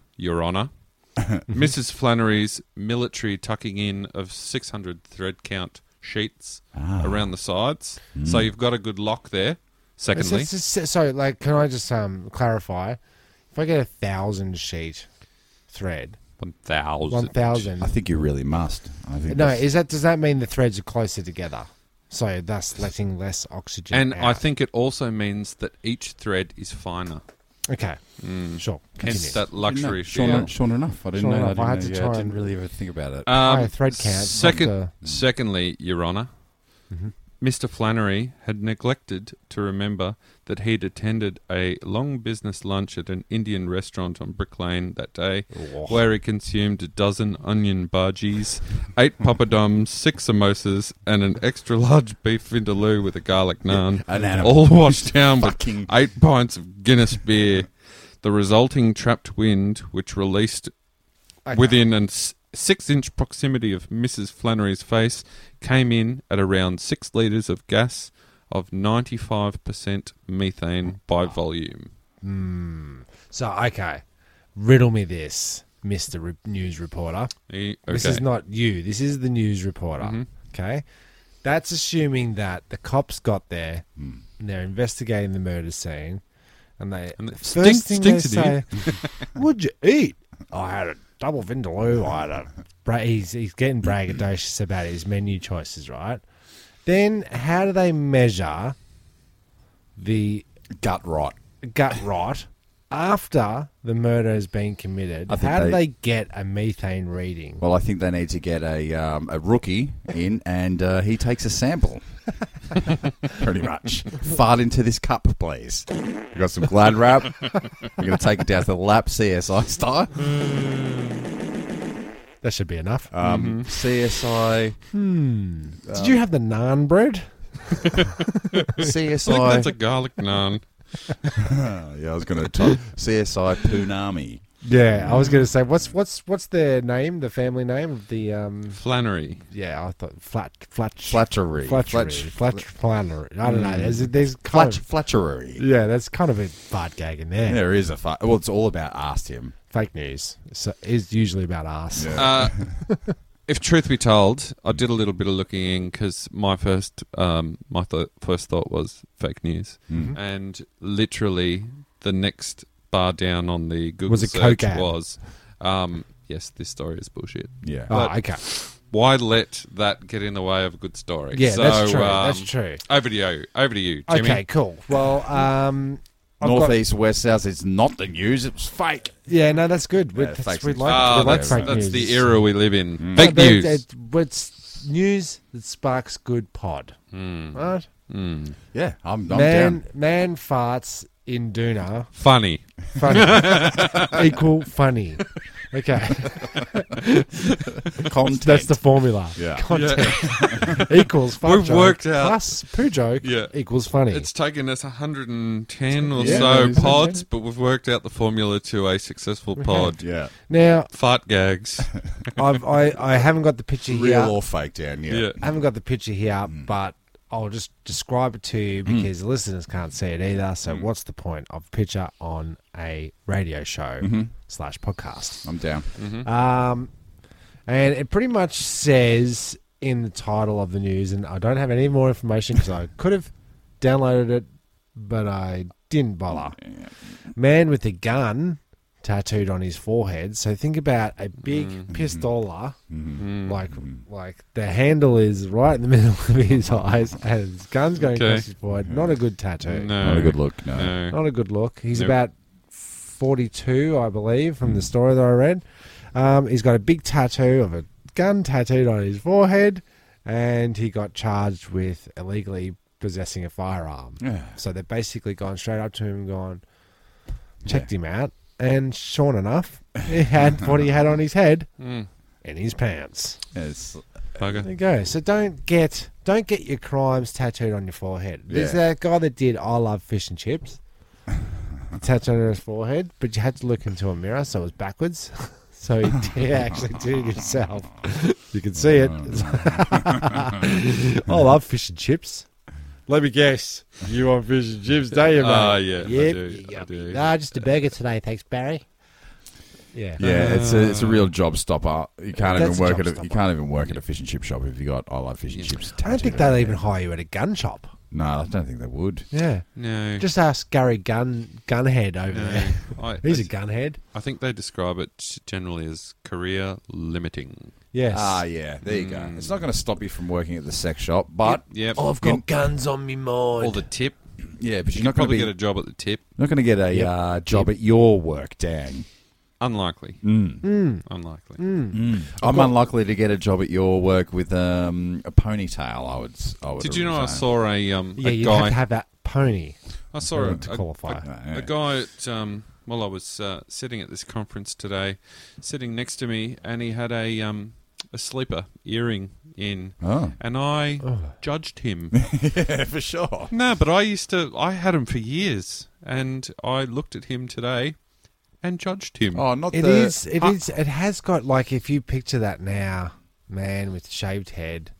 S5: Your Honour, Mrs. Flannery's military tucking in of 600 thread count sheets
S4: Ah.
S5: around the sides,
S4: Hmm.
S5: so you've got a good lock there.
S4: It's-
S5: Secondly,
S4: it's- it's- so, like, can I just um, clarify? If I get a thousand sheet thread,
S5: one thousand.
S4: one thousand.
S3: I think you really must. I think
S4: No,
S3: that's-
S4: is that does that mean the threads are closer together, so thus letting less oxygen?
S5: And I
S4: out?
S5: think it also means that each thread is finer.
S4: okay, sure. Continue.
S5: Mm. Hence that
S3: Didn't know-
S5: luxury
S3: Sure,
S5: feel.
S3: en- sure enough. I didn't
S4: Sure
S3: know.
S4: enough,
S3: I,
S4: I
S3: didn't
S4: had
S3: know-
S4: to
S3: yeah, I
S4: try
S3: didn't
S4: and-
S3: really ever think about it.
S5: Um,
S4: Higher thread count, not
S5: Second,
S4: the- Mm-hmm.
S5: secondly, Your Honour, Mr. Flannery had neglected to remember that he'd attended a long business lunch at an Indian restaurant on Brick Lane that day, where he consumed a dozen onion bhajis, eight poppadoms, six samosas, and an extra large beef vindaloo with a garlic naan,
S3: An animal.
S5: all washed down with
S3: Fucking-
S5: eight pints of Guinness beer. The resulting trapped wind, which released
S4: Okay.
S5: within an s- six inch proximity of Mrs. Flannery's face, came in at around six litres of gas of 95% methane by volume.
S4: So okay, riddle me this, Mister Re- News Reporter.
S5: E-
S4: This
S5: okay. Mm-hmm.
S4: is not you. This is the news reporter. Okay, that's assuming that the cops got there
S5: Hmm.
S4: and they're investigating the murder scene, and they
S5: And
S4: the
S5: it
S4: first
S5: stinks-
S4: thing they
S5: stinks in
S4: say, "What'd you eat?" I had a double vindaloo. I had a. Bra- he's he's getting braggadocious about his menu choices, right? Then how do they measure the
S3: Gut rot.
S4: gut rot after the murder has been committed?
S3: I think
S4: How do
S3: they-
S4: they get a methane reading?
S3: Well, I think they need to get a um, a rookie in, and uh, he takes a sample. Pretty much. Fart into this cup, please. We got some Glad wrap. We're going to take it down to the lap CSI style.
S4: That should be enough.
S5: Mm-hmm.
S3: Um, CSI,
S4: Did you have the naan bread?
S5: I think
S3: CSI.
S5: that's a garlic naan.
S3: Oh, yeah, I was going to type CSI Poonami.
S4: Yeah, I
S5: Mm.
S4: was going to say what's what's what's their name, the family name of the um
S5: Flannery.
S4: yeah, I thought flat flat
S3: Flattery.
S4: flattery, flat planner. I
S5: Mm.
S4: don't know. There's there's kind
S3: Flat,
S4: of,
S3: flattery.
S4: yeah, that's kind of a fart gag in there.
S3: There is a fu- well. It's all about asked him.
S4: Fake news so, is usually about us.
S5: Uh, if truth be told, I did a little bit of looking in because my first um, my th- first thought was fake news,
S4: Mm-hmm.
S5: and literally the next bar down on the Google
S4: Was a
S5: search
S4: Coke ad.
S5: was, um, yes, this story is bullshit.
S3: Yeah.
S4: Oh,
S5: but-
S4: okay.
S5: Why let that get in the way of a good story?
S4: Yeah,
S5: So,
S4: that's true.
S5: um,
S4: that's true.
S5: Over to you. Over to you, Jimmy.
S4: Okay, cool. Well, um, I've got-
S3: Northeast, west, south. It's not the news. It was fake.
S4: Yeah, no, that's good. We
S3: Yeah,
S4: that's,
S3: fake
S4: we
S3: news.
S4: like,
S5: Ah,
S4: we like
S5: that's,
S4: fake news.
S5: that's the era we live in.
S3: Mm.
S4: No,
S5: Fake
S4: but
S5: news.
S4: it- it's news that sparks good pod.
S5: Hmm.
S4: Right?
S3: Yeah, I'm, I'm
S4: man,
S3: down.
S4: man farts in Duna
S5: Funny.
S4: funny equal funny. Okay,
S3: Content.
S4: that's the formula.
S3: Yeah.
S4: Content equals fun
S5: We've
S4: joke
S5: worked out-
S4: plus poo joke
S5: Yeah.
S4: equals funny.
S5: It's taken us 110 or
S3: Yeah,
S5: so
S3: it's okay.
S5: pods, but we've worked out the formula to a successful pod.
S3: yeah.
S4: now
S5: Fart gags.
S4: I've, I I haven't got the picture
S3: Real
S4: here.
S3: or fake, Dan? Yeah.
S5: yeah.
S4: I haven't got the picture here,
S5: Mm.
S4: but I'll just describe it to you because the listeners can't see it either. So
S5: Mm.
S4: what's the point of a picture on a radio show
S5: Mm-hmm.
S4: slash podcast?
S3: I'm down.
S4: Um, and it pretty much says in the title of the news, and I don't have any more information because I could have downloaded it, but I didn't bother. Man with a gun tattooed on his forehead. So think about a big
S5: Mm-hmm.
S4: pistola, like like the handle is right in the middle of his eyes, and his gun's going
S5: Okay.
S4: across his forehead. Not a good tattoo.
S5: No.
S3: Not a good look. No.
S5: No.
S4: Not a good look. He's
S5: Nope.
S4: about 42, I believe, from the story that I read. Um, he's got a big tattoo of a gun tattooed on his forehead, and he got charged with illegally possessing a firearm.
S3: Yeah.
S4: So they've basically gone straight up to him and gone, checked him out, and sure enough, he had what he had on his head
S5: Mm.
S4: in his pants.
S3: It's,
S4: There
S5: Bugger.
S4: you go. So don't get don't get your crimes tattooed on your forehead. There's
S3: Yeah.
S4: that guy that did I love fish and chips. tattooed on his forehead, but you had to look into a mirror, so it was backwards. so he did actually do it himself. You can see it. I love fish and chips. Let me guess. You want fish and chips, don't you, mate?
S5: Ah, yeah, I
S4: Yep,
S5: do, I
S4: yep.
S5: do.
S4: Nah, just a burger today, thanks, Barry. Yeah.
S3: yeah, it's a it's a real job stopper. You can't even
S4: Uh, That's a
S3: work
S4: job
S3: at a, you
S4: stopper.
S3: can't even work at a fish and chip shop if you got I love fish and chips.
S4: I don't think
S3: tattooed on
S4: they'll
S3: it.
S4: even hire you at a gun shop.
S3: No, I don't think they would.
S4: Yeah.
S5: No.
S4: Just ask Gary Gun Gunhead over there.
S5: I,
S4: He's a
S5: I-
S4: gunhead.
S5: I think they describe it generally as career limiting.
S4: Yes.
S3: Ah, yeah, there you go. It's not going to stop you from working at the sex shop, but
S5: Yep.
S4: I've got guns on me mind.
S5: Or the tip.
S3: yeah, but
S5: You
S3: you're
S5: could
S3: not going to
S5: probably
S3: be
S5: get a job at the tip.
S3: not going to get a uh, job at your work, Dan.
S5: Unlikely.
S3: Mm.
S4: Mm.
S5: Unlikely.
S3: I'm unlikely to get a job at your work with um, a ponytail. I would. s- I would
S5: Did you know I
S3: say.
S5: saw a um
S4: yeah,
S5: a
S4: you
S5: guy
S4: have to have that pony
S5: I saw a,
S4: to
S5: a-
S4: qualify.
S3: Yeah,
S5: a guy at um well I was uh, sitting at this conference today, sitting next to me, and he had a um a sleeper earring in,
S3: Oh.
S5: and I judged him.
S3: yeah, for sure.
S5: no, but I used to I had him for years, and I looked at him today, and judged him.
S3: Oh, not
S4: It
S3: the.
S4: is. It is.
S5: I-
S4: It has got like if you picture that now, man with shaved head,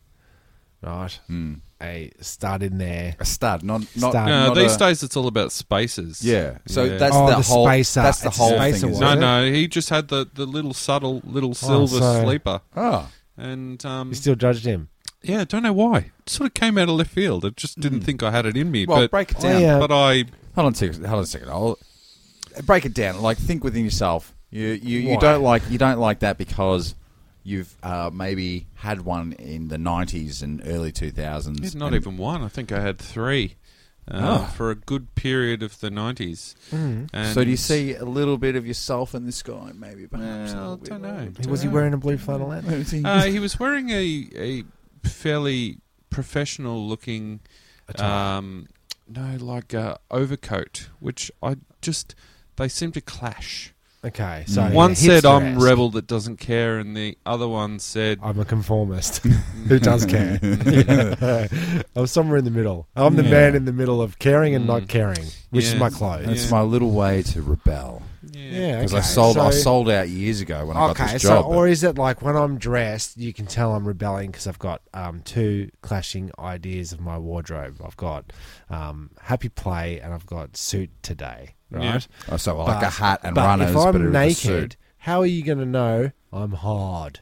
S4: right?
S5: Hmm.
S4: A stud in there.
S3: a stud, not not.
S4: Stud.
S5: no,
S3: not
S5: these
S3: a-
S5: days it's all about spaces.
S3: Yeah. Oh, So
S5: Yeah.
S3: that's
S4: Oh,
S3: the,
S4: the
S3: whole.
S4: spacer.
S3: That's the
S4: It's a
S3: whole
S4: spacer
S3: thing. Is
S5: No,
S4: one.
S3: it?
S5: no, he just had the, the little subtle little silver
S4: Oh, so-
S5: sleeper,
S3: Oh,
S5: and um,
S4: You still judged him.
S5: yeah, don't know why. It sort of came out of left field. I just didn't think I had it in me.
S3: well,
S5: but
S3: break it
S4: I,
S3: down.
S4: uh,
S5: but I
S3: Hold on a second. Hold on a second. I'll break it down. Like think within yourself. You you, you
S4: Why?
S3: don't like you don't like that because you've uh, maybe had one in the nineties and early two thousands.
S5: it's not even one. I think I had three uh,
S4: Oh.
S3: Ah.
S5: for a good period of the nineties.
S4: Hmm.
S5: And
S3: So do you see a little bit of yourself in this guy? Maybe perhaps.
S5: Well,
S3: a
S5: I
S3: little
S5: don't
S3: bit.
S5: know.
S4: Was he wearing a blue flannel hat?
S5: Uh, he was wearing a a fairly professional looking, um, no, like uh, overcoat, which I just they seem to clash.
S4: Okay, so
S5: Hmm. one said I'm
S4: hipster-esque.
S5: rebel that doesn't care, and the other one said
S4: I'm a conformist who does care. I'm somewhere in the middle. I'm the man in the middle of caring and
S5: Hmm.
S4: not caring, which is
S5: Yeah.
S4: my clothes.
S3: That's
S5: Yeah.
S3: my little way to rebel
S4: Yeah,
S3: because I
S4: okay,
S3: sold I
S4: so-
S3: sold out years ago when I got
S4: Okay,
S3: this
S4: so
S3: job. but-
S4: or is it like when I'm dressed, you can tell I'm rebelling because I've got um, two clashing ideas of my wardrobe. I've got um, happy play and I've got suit today,
S5: Yeah.
S4: right?
S3: Oh, so like a
S4: But-
S3: hat and
S4: but
S3: runners,
S4: if I'm
S3: but it was a
S4: naked,
S3: suit.
S4: how are you going to know I'm hard?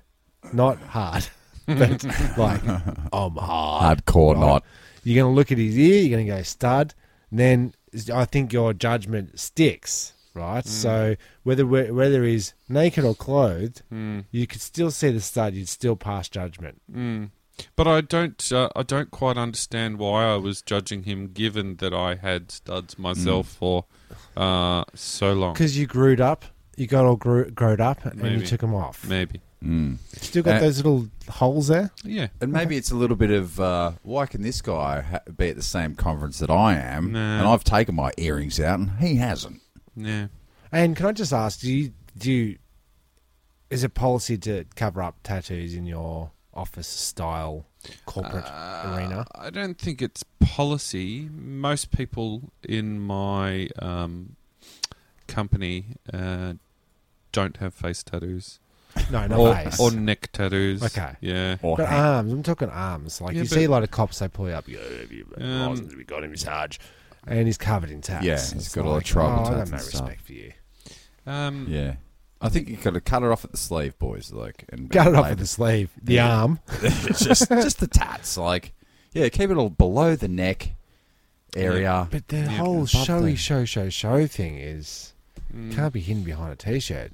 S4: Not hard, but like I'm hard.
S3: hardcore,
S4: right?
S3: not
S4: You're going to look at his ear. You're going to go stud. And then I think your judgment sticks,
S5: Mm.
S4: right? So whether we're- whether he's naked or clothed,
S5: Mm.
S4: you could still see the stud. You'd still pass judgment.
S5: But I don't, uh, I don't quite understand why I was judging him, given that I had studs myself
S4: Mm.
S5: for uh, so long.
S4: Because you grewed up, you got all grew, growed up, and
S5: Maybe.
S4: you took them off.
S5: Maybe,
S4: Still got
S3: Uh,
S4: those little holes there.
S5: yeah.
S3: And maybe it's a little bit of uh, why can this guy ha- be at the same conference that I am,
S5: Nah.
S3: and I've taken my earrings out, and he hasn't.
S5: Yeah.
S4: And can I just ask, do you do you is it policy to cover up tattoos in your office style corporate
S5: Uh,
S4: arena?
S5: I don't think it's policy. Most people in my um, company uh, don't have face tattoos
S4: No, not
S5: or,
S4: face.
S5: or neck tattoos.
S4: Okay.
S5: Yeah.
S3: Or
S4: but uh,
S3: hand.
S4: arms. I'm talking arms. Like
S5: Yeah,
S4: you see a
S5: but-
S4: lot of cops, they pull you up. Yeah, have you
S5: Um,
S4: license? we got him his Sarge, and he's covered in tats.
S3: Yeah, he's got a lot of tribal
S4: oh,
S3: tats
S4: I have no
S3: and stuff.
S4: respect for you.
S5: Um,
S3: yeah. I think you got to cut it off at the sleeve, boys. Like and
S4: Got it off
S3: like,
S4: with the sleeve, the
S3: Yeah.
S4: arm.
S3: just just the tats. Like yeah, keep it all below the neck area.
S4: But the
S5: Yeah,
S4: whole
S3: above
S4: showy
S3: the- Mm.
S4: show show show thing is can't be hidden behind a t-shirt.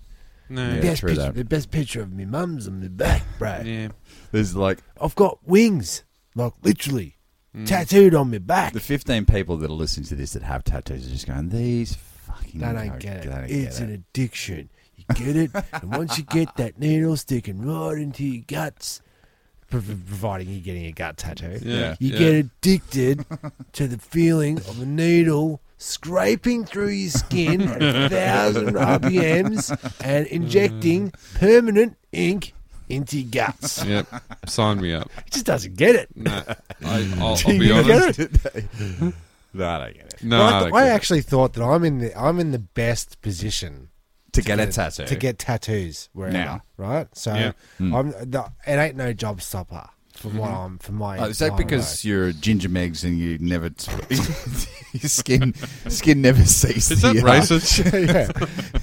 S5: No.
S3: Yeah,
S4: best
S3: true
S4: picture,
S3: that.
S4: the best picture of me mum's on the back, bro.
S5: Yeah.
S3: There's like
S4: I've got wings, like literally tattooed on my back.
S3: Mm. the 15 people that are listening to this that have tattoos are just going these fucking.
S5: Mm,
S4: They don't
S3: no,
S4: get
S3: they
S4: it.
S3: don't
S4: It's
S3: get
S4: an
S3: it.
S4: addiction. You get it, and once you get that needle sticking right into your guts, prov- providing you're getting a gut tattoo,
S5: Yeah,
S4: you
S5: yeah.
S4: get addicted to the feeling of a needle scraping through your skin at a thousand RPMs and injecting permanent ink into your guts.
S5: Yep. Sign me up.
S4: It just doesn't get it.
S5: No. I, I'll,
S4: Do
S5: I'll be
S4: you
S5: honest.
S4: get it?
S3: No, I don't get it.
S5: No.
S4: Well,
S5: I
S4: I,
S5: don't
S4: th-
S5: get
S4: I
S5: it.
S4: actually thought that I'm in the I'm in the best position
S3: To get a tattoo.
S4: to get tattoos wherever,
S3: Now. Hmm.
S4: right? So
S5: Yeah.
S4: I'm the, it ain't no job stopper from what I'm from my.
S3: Oh, is that
S4: my
S3: because you're ginger megs and you never t- your skin skin never ceases? uh,
S5: Is that racist?
S4: road. yeah,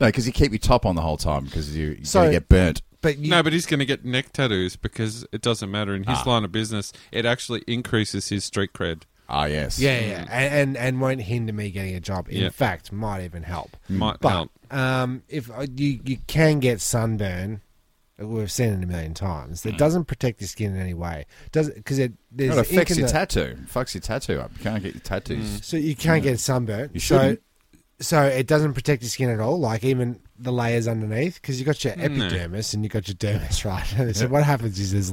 S3: No, because you keep your top on the whole time because you you're
S4: So-
S3: gonna get burnt.
S4: but you,
S5: No, but he's going to get neck tattoos because it doesn't matter in his line of business. It actually increases his street cred.
S3: Ah, yes.
S4: yeah, yeah, and, and and won't hinder me getting a job. In
S5: Yeah.
S4: fact, might even help.
S3: Hmm.
S5: Might
S4: But
S5: help.
S4: um, if uh, you you can get sunburn, we've seen it a million times. That doesn't protect your skin in any way. Does because it there's
S3: Hmm. It
S4: ink
S3: affects
S4: in
S3: your
S4: the- Mm.
S3: tattoo. Fucks your tattoo up. You can't get your tattoos.
S4: So you can't get sunburnt.
S3: You
S4: so,
S3: shouldn't.
S4: so it doesn't protect your skin at all, like even the layers underneath, because you got your epidermis and you got your dermis, right? And so what happens is there's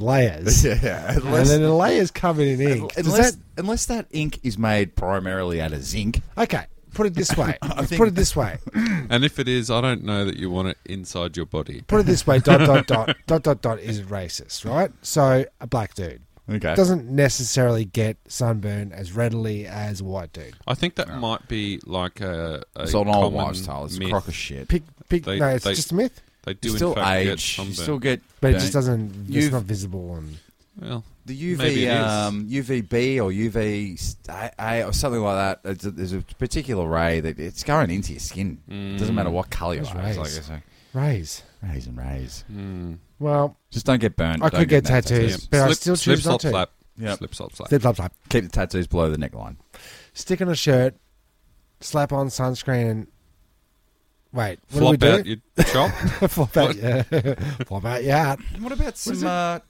S4: layers,
S3: Yeah,
S4: and
S3: unless
S4: then the layers covered in ink. Does
S3: unless,
S4: that
S3: unless that ink is made primarily out of zinc.
S4: okay? Put it this way. Let's
S3: think-
S4: put it this way.
S5: And if it is, I don't know that you want it inside your body.
S4: Put it this way. Dot dot dot dot dot dot is racist, right? So a black dude
S3: Okay.
S4: doesn't necessarily get sunburn as readily as a white dude.
S5: I think that might be like a. a
S3: it's not an old
S5: common
S3: wives' tale. It's a
S5: myth.
S3: crock of shit.
S4: Pick, pick,
S5: They-
S4: no, it's
S5: they-
S4: just a myth,
S5: They do
S3: You still
S5: in fact get
S3: age. You
S5: sunburn.
S3: still get.
S4: but it
S3: burnt.
S4: just doesn't. It's
S3: You've-
S4: not visible and.
S5: Well,
S3: The UV,
S5: Maybe it is.
S3: um, UVB or UV A or something like that. It's a, there's a particular ray that it's going into your skin. It doesn't
S5: Mm.
S3: matter what color you
S4: Those
S3: are. It's like,
S4: rays.
S3: it's like
S4: Rays.
S3: rays and rays.
S5: Mm.
S4: Well,
S3: Just don't get burnt.
S4: I
S3: Don't
S4: could get
S3: neck
S4: tattoos. But I
S5: slip,
S4: still
S5: slip,
S4: choose not
S5: slop,
S4: to.
S5: slap.
S3: Yep.
S5: Slip, slop, slap.
S4: flip flop flop.
S3: Keep the tattoos below the neckline.
S4: Stick on a shirt, slap on sunscreen, and wait. What
S5: Flop
S4: do we
S5: out
S4: do?
S5: your chop.
S4: flop out, yeah, flop out, yeah,
S3: And what about some uh,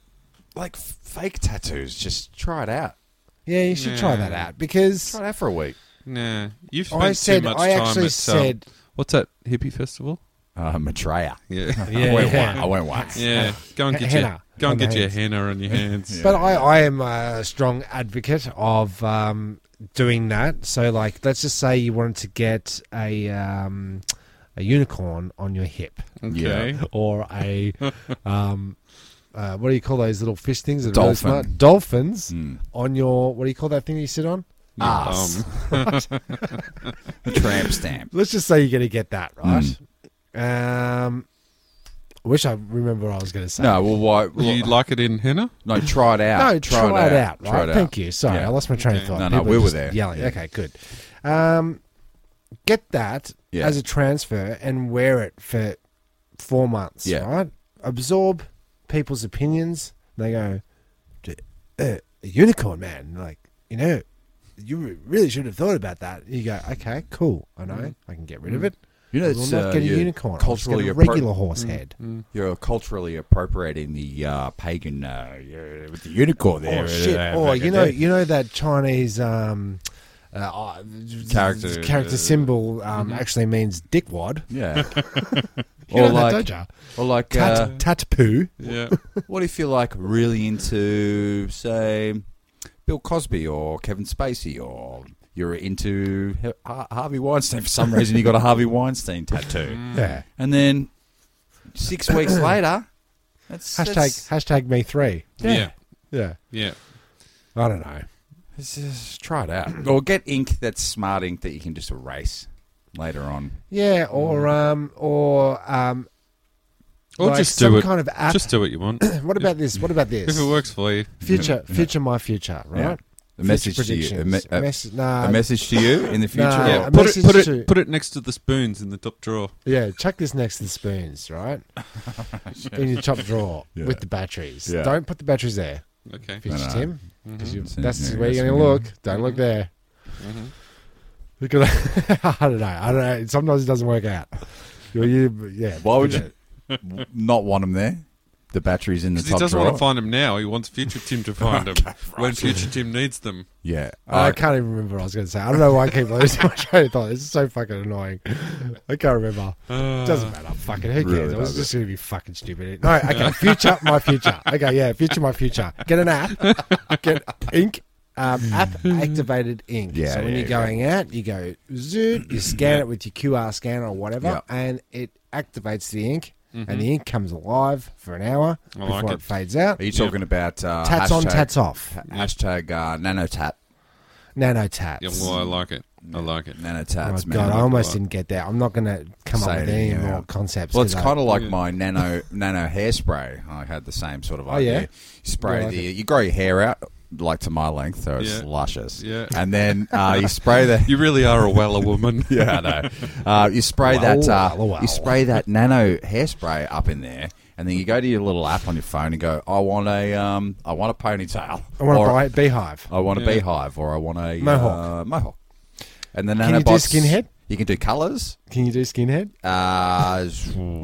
S3: like f- fake tattoos? Just try it out.
S4: yeah. You should try that out because
S3: Try it out for a week.
S5: Nah, you've spent
S4: I said
S5: too much
S4: I
S5: time
S4: actually
S5: at,
S4: said
S5: Um, what's that hippie festival?
S3: Uh, Maitreya.
S5: Yeah,
S3: I went
S4: yeah.
S3: one. I went once.
S5: yeah. Go and get
S4: Henna
S5: your go
S4: on
S5: and get
S4: the
S5: your henna on your hands.
S4: But I, I am a strong advocate of um, doing that. So, like, let's just say you wanted to get a um, a unicorn on your hip,
S5: Okay.
S4: or a um, uh, what do you call those little fish things? That
S3: Dolphin.
S4: Are really smart? Dolphins
S5: Hmm.
S4: on your what do you call that thing you sit on?
S3: Ass.
S5: Um,
S3: Tramp stamp.
S4: Let's just say you're going to get that
S3: Hmm.
S4: right. Um, I wish I remember what I was going to say.
S3: No, well, why? well,
S5: you like it in henna?
S3: no, try it out.
S4: No, try, it out. right?
S3: Try it out.
S4: Thank you. Sorry,
S3: Yeah.
S4: I lost my train of
S5: Okay.
S4: thought.
S3: No, no,
S4: People
S3: we
S4: are
S3: were
S4: just
S3: there.
S4: Yelling.
S3: Yeah.
S4: Okay, good. Um, get that
S3: Yeah.
S4: as a transfer and wear it for four months.
S3: Yeah.
S4: Right. Absorb people's opinions. They go, "D- uh, a unicorn man. Like you know, you re- really should have thought about that. You go, okay, cool. I know.
S3: Mm-hmm.
S4: I can get rid of it.
S3: You know,
S4: I
S3: it's,
S4: will not
S3: uh,
S4: get a
S3: your
S4: unicorn.
S3: culturally
S4: I'll just get a
S3: appro-
S4: regular horse head.
S3: You're culturally appropriating the uh, pagan uh, yeah, with the unicorn there.
S4: Oh shit!
S3: Uh,
S4: Or
S3: back
S4: you
S3: in
S4: know,
S3: there.
S4: you know that Chinese um, uh, uh,
S3: Character,
S4: character
S3: uh,
S4: symbol um, actually means dickwad.
S3: yeah.
S4: You
S3: or,
S4: know that,
S3: like,
S4: don't ya?
S3: or like, uh,
S4: Tat tat poo.
S5: Yeah.
S3: what if you're like really into, say, Bill Cosby or Kevin Spacey, or you're into H-
S4: Mm.
S3: Mm. Harvey Weinstein for some reason? You got a Harvey Weinstein tattoo,
S4: Yeah.
S3: and then six weeks later, that's,
S4: Hashtag
S3: that's-
S4: hashtag me three.
S5: Yeah.
S4: Yeah.
S5: Yeah.
S4: I don't know.
S3: Let's just try it out. Or get ink that's smart ink that you can just erase later on.
S4: Yeah, or um or um
S5: Or
S4: like
S5: just
S4: some
S5: do it.
S4: kind of app.
S5: Just do what you want.
S4: what about this? What about this?
S5: if it works for you.
S4: Future future my future, right?
S3: Yeah. A
S4: Future
S3: message to you. A, me-
S4: predictions.
S3: a,
S4: message, nah,
S3: a message to you in the future.
S4: Nah.
S5: Yeah,
S4: a
S5: put it
S4: message
S5: put
S4: to-
S5: it put it next to the spoons in the top drawer.
S4: Yeah, chuck this next to the spoons, right? In your top drawer
S3: Yeah.
S4: with the batteries.
S3: Yeah.
S4: Don't put the batteries there,
S5: Okay.
S4: Future
S3: no.
S4: Tim. 'cause you-
S3: Mhm.
S4: That's
S3: Yeah,
S4: where
S3: that's Mm-hmm.
S4: you're going to
S3: what you
S4: look. Don't look there. Look at
S3: Mm-hmm.
S4: that. I don't know. I don't know. Sometimes it doesn't work out. You, you, yeah.
S3: Why would you not want them there? The batteries in the
S5: Because
S3: top
S5: he doesn't
S3: drawer.
S5: want to find them now. He wants future Tim to find them when future Tim needs them.
S3: yeah.
S5: Oh,
S4: I can't even remember what I was going to say. I don't know why I keep losing my train of thought. This is so fucking annoying. I can't remember. Doesn't matter. Fucking who cares?
S3: Uh, Really
S4: I was
S3: doesn't.
S4: just going to be fucking stupid. No, okay. Future, my future. Okay, yeah. Future, my future. Get an app. Get ink. Um, app activated ink.
S3: Yeah,
S4: so when
S3: yeah,
S4: you're going out, you go zoot. You scan it with your QR scanner or whatever,
S3: Yeah. Mm-hmm.
S4: and it activates the ink. And the ink comes alive for an hour
S5: I
S4: before
S5: like
S4: it.
S5: it.
S4: fades out.
S3: Are you talking about uh,
S4: Tats
S3: hashtag,
S4: on, tats off.
S3: Hashtag uh, nanotap.
S4: Nano tats.
S5: Yeah, well, I like it. I like it.
S4: Oh
S3: Nanotats, man.
S4: God, I almost
S5: Right.
S4: didn't get that. I'm not going to come
S3: Say
S4: up with
S3: it
S4: any
S3: anyhow.
S4: more concepts.
S3: Well, it's
S4: 'cause
S3: kind of like
S5: Yeah.
S3: my nano nano hairspray. I had the same sort of
S4: Oh, yeah?
S3: idea. You spray
S4: Yeah, I like
S3: the you grow your hair out like to my length, so it's
S5: Yeah.
S3: luscious.
S5: Yeah.
S3: and then uh, you spray the
S5: You really are a weller woman.
S3: yeah, I know. Uh, you spray
S4: Wow,
S3: that uh,
S4: wow, wow.
S3: you spray that nano hairspray up in there, and then you go to your little app on your phone and go, I want a um, I want a ponytail.
S4: I want
S3: Or- Oh.
S4: to buy a beehive.
S3: I want a
S5: Yeah.
S3: beehive, or I want a
S4: Mohawk.
S3: Uh, mohawk. And then
S4: Can you do
S3: nanobots-
S4: skinhead?
S3: You can do colours.
S4: Can you do skinhead?
S3: Uh,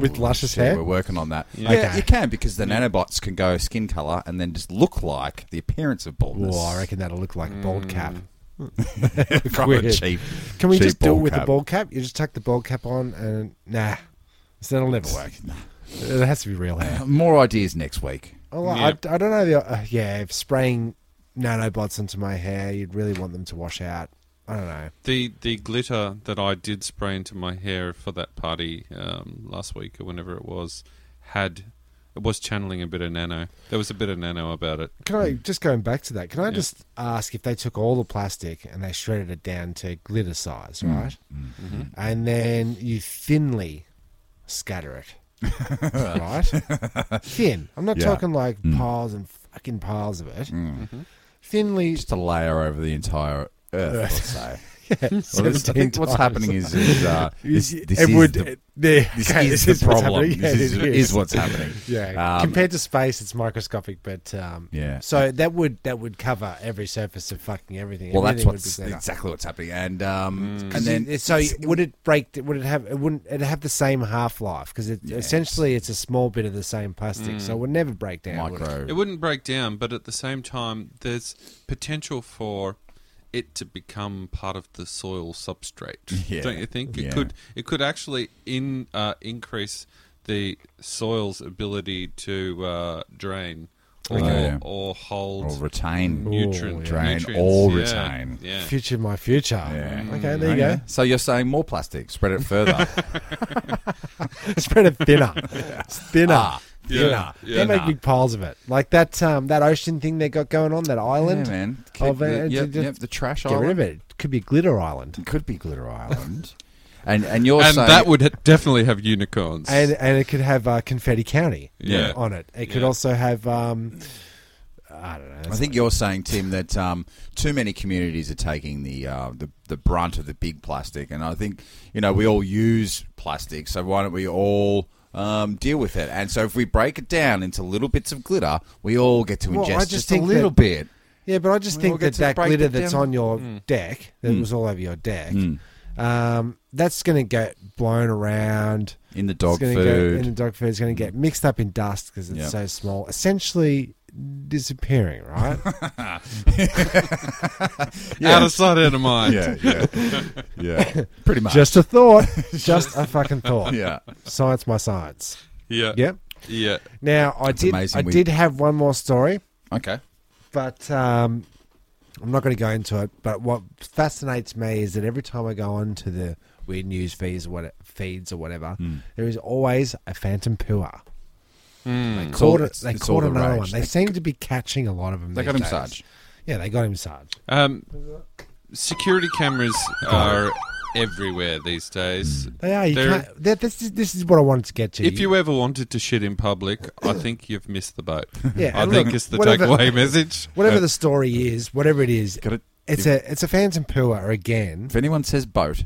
S4: With luscious
S3: shit,
S4: hair?
S3: We're working on that. Yeah,
S5: Yeah.
S4: Okay.
S3: you can because the nanobots can go skin color and then just look like the appearance of baldness.
S4: Oh, I reckon that'll look like a bald cap.
S3: From a
S4: Weird.
S3: cheap,
S4: Can we
S3: Mm. cheap
S4: just do it
S3: bald
S4: with
S3: cap.
S4: the bald cap? You just tuck the bald cap on and nah, so that'll never work. It has to be real hair.
S3: More ideas next week.
S4: Oh, I-
S5: Yep.
S4: I, I don't know. The, uh, yeah, if spraying nanobots into my hair, you'd really want them to wash out. I don't know.
S5: The the glitter that I did spray into my hair for that party um, last week or whenever it was had it was channeling a bit of nano. There was a bit of nano about it.
S4: Can I just going back to that? Can I just ask if they took all the plastic and they shredded it down to glitter size,
S3: Mm.
S4: right?
S3: Mm-hmm.
S4: And then you thinly scatter it, right? Thin. I'm not
S3: Yeah. Mm.
S4: talking like piles and fucking piles of it. Thinly.
S3: Just a layer over the entire earth, let's say. Well, this- I
S4: 17
S3: think what's
S4: times.
S3: happening is, is uh, this,
S4: It
S3: this is
S4: would-
S3: the,
S4: there-
S3: this
S4: okay,
S3: is
S4: this
S3: the
S4: what's
S3: problem.
S4: happening.
S3: This is,
S4: Yeah, it
S3: is what's happening.
S4: Yeah,
S3: Um,
S4: compared to space, it's microscopic, but um,
S3: Yeah.
S4: So that would that would cover every surface of fucking everything.
S3: Well, that's
S4: Everything would
S3: what's
S4: be better.
S3: exactly what's happening, and
S5: Mm.
S3: um, and
S4: And
S3: then
S4: so would it break? Would it have? It wouldn't. It would have the same half life because it essentially it's a small bit of the same plastic,
S5: Mm.
S4: so it would never break down. would it?
S3: micro
S5: It wouldn't break down, but at the same time, there's potential for it to become part of the soil substrate.
S3: Yeah.
S5: Don't you think it
S3: Yeah.
S5: could? It could actually in uh, increase the soil's ability to uh, drain or,
S3: Okay.
S5: or hold
S3: Oh, or retain
S5: nutrient
S3: Drain
S5: nutrients.
S3: or
S5: Yeah,
S3: retain.
S5: Yeah.
S4: Future, my future.
S3: Yeah. Oh,
S4: Okay, there you go.
S3: So you're saying more plastic, spread it further.
S4: Spread it thinner, It's thinner.
S3: Ah,
S5: Yeah,
S4: thinner.
S5: yeah.
S4: they make big piles of it, like that um, that ocean thing they got going on, that island.
S3: Yeah, man. Keep
S4: Of, uh,
S3: the,
S4: it's
S3: yep,
S4: just-
S3: yep, the trash
S4: Get
S3: island.
S4: rid of it. it. Could be glitter island,
S3: It could be Glitter Island. and and you're
S5: And
S3: saying
S5: that would ha- definitely have unicorns.
S4: and and it could have uh, confetti county
S5: Yeah.
S4: on it. It could
S5: Yeah.
S4: also have. Um, I don't know.
S3: I think you're saying, Tim, that um, too many communities are taking the, uh, the the brunt of the big plastic, and I think you know we all use plastic, so why don't we all um, deal with it? And so if we break it down into little bits of glitter, we all get to ingest
S4: Well, I
S3: just,
S4: just
S3: a
S4: think that-
S3: little bit.
S4: Yeah, but I just
S3: We'll
S4: think
S3: get
S4: that
S3: to
S4: that
S3: break
S4: glitter
S3: it
S4: that's
S3: down. Mm.
S4: on your deck, that was all over your deck, um, that's going to get blown around.
S3: In the dog
S4: it's gonna Go,
S3: food.
S4: and the dog food is going to get mixed up in dust because it's
S3: Yep.
S4: so small. Essentially disappearing, right?
S5: Out of sight, out of mind.
S3: yeah, yeah, yeah, pretty much.
S4: just a thought. just a fucking thought.
S3: yeah,
S4: Science, my science.
S5: yeah,
S4: Yep.
S5: yeah.
S4: Now, I did,
S3: amazing
S4: I
S3: we-
S4: did have one more story.
S3: okay.
S4: but um, I'm not going to go into it. But what fascinates me is that every time I go onto the weird news feeds or what feeds or whatever,
S3: Hmm.
S4: there is always a phantom pooer. They caught,
S3: all-
S4: it, they
S3: Hmm. it's
S4: caught
S3: all the
S4: another
S3: rage.
S4: one. They
S3: They-
S4: seem to be catching a lot of them.
S3: They
S4: these
S3: got him
S4: days.
S3: Sarge.
S4: Yeah, they got him Sarge.
S5: Um, security cameras are everywhere these days.
S4: Mm. They are. You
S5: They're-
S4: can't, that, this, is, this is what I wanted to get to.
S5: If you ever wanted to shit in public, I think you've missed the boat.
S4: Yeah,
S5: I
S4: and
S5: think
S4: look,
S5: it's the
S4: whatever-
S5: takeaway message.
S4: whatever
S5: Uh,
S4: the story is, whatever it is,
S3: hmm. Got it.
S4: it's a it's a phantom pooer again.
S3: If anyone says boat,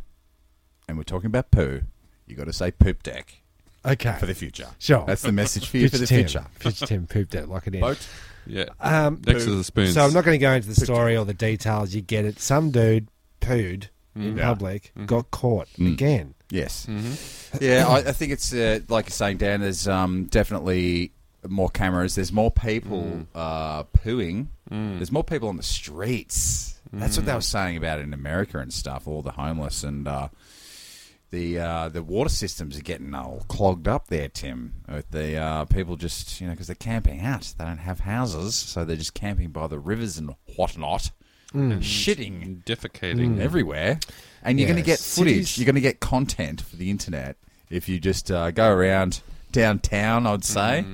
S3: and we're talking about poo, you got to say poop deck
S4: Okay,
S3: for the future.
S4: Sure.
S3: that's the message for you for the
S4: Tim.
S3: future.
S4: Future Tim pooped it like it is.
S3: Boat.
S5: yeah,
S4: Um,
S5: next to the spoons.
S4: so I'm not going to go into the story or the details. You get it. Some dude pooed
S5: Mm.
S4: in public,
S5: Mm-hmm.
S4: got caught
S3: Mm.
S4: again.
S3: Yes. Yeah, I, I think it's uh, like you're saying, Dan. There's um, definitely more cameras. There's more people uh, pooing. There's more people on the streets. That's what they were saying about in America and stuff. All the homeless and uh, the uh, the water systems are getting all clogged up there, Tim. With the uh, people just you know because they're camping out. They don't have houses, so they're just camping by the rivers and whatnot, shitting
S5: defecating.
S4: Mm.
S3: everywhere, and you're going
S4: Yeah,
S3: to get footage.
S4: cities-
S3: You're going to get content for the internet if you just uh, go around downtown. I'd say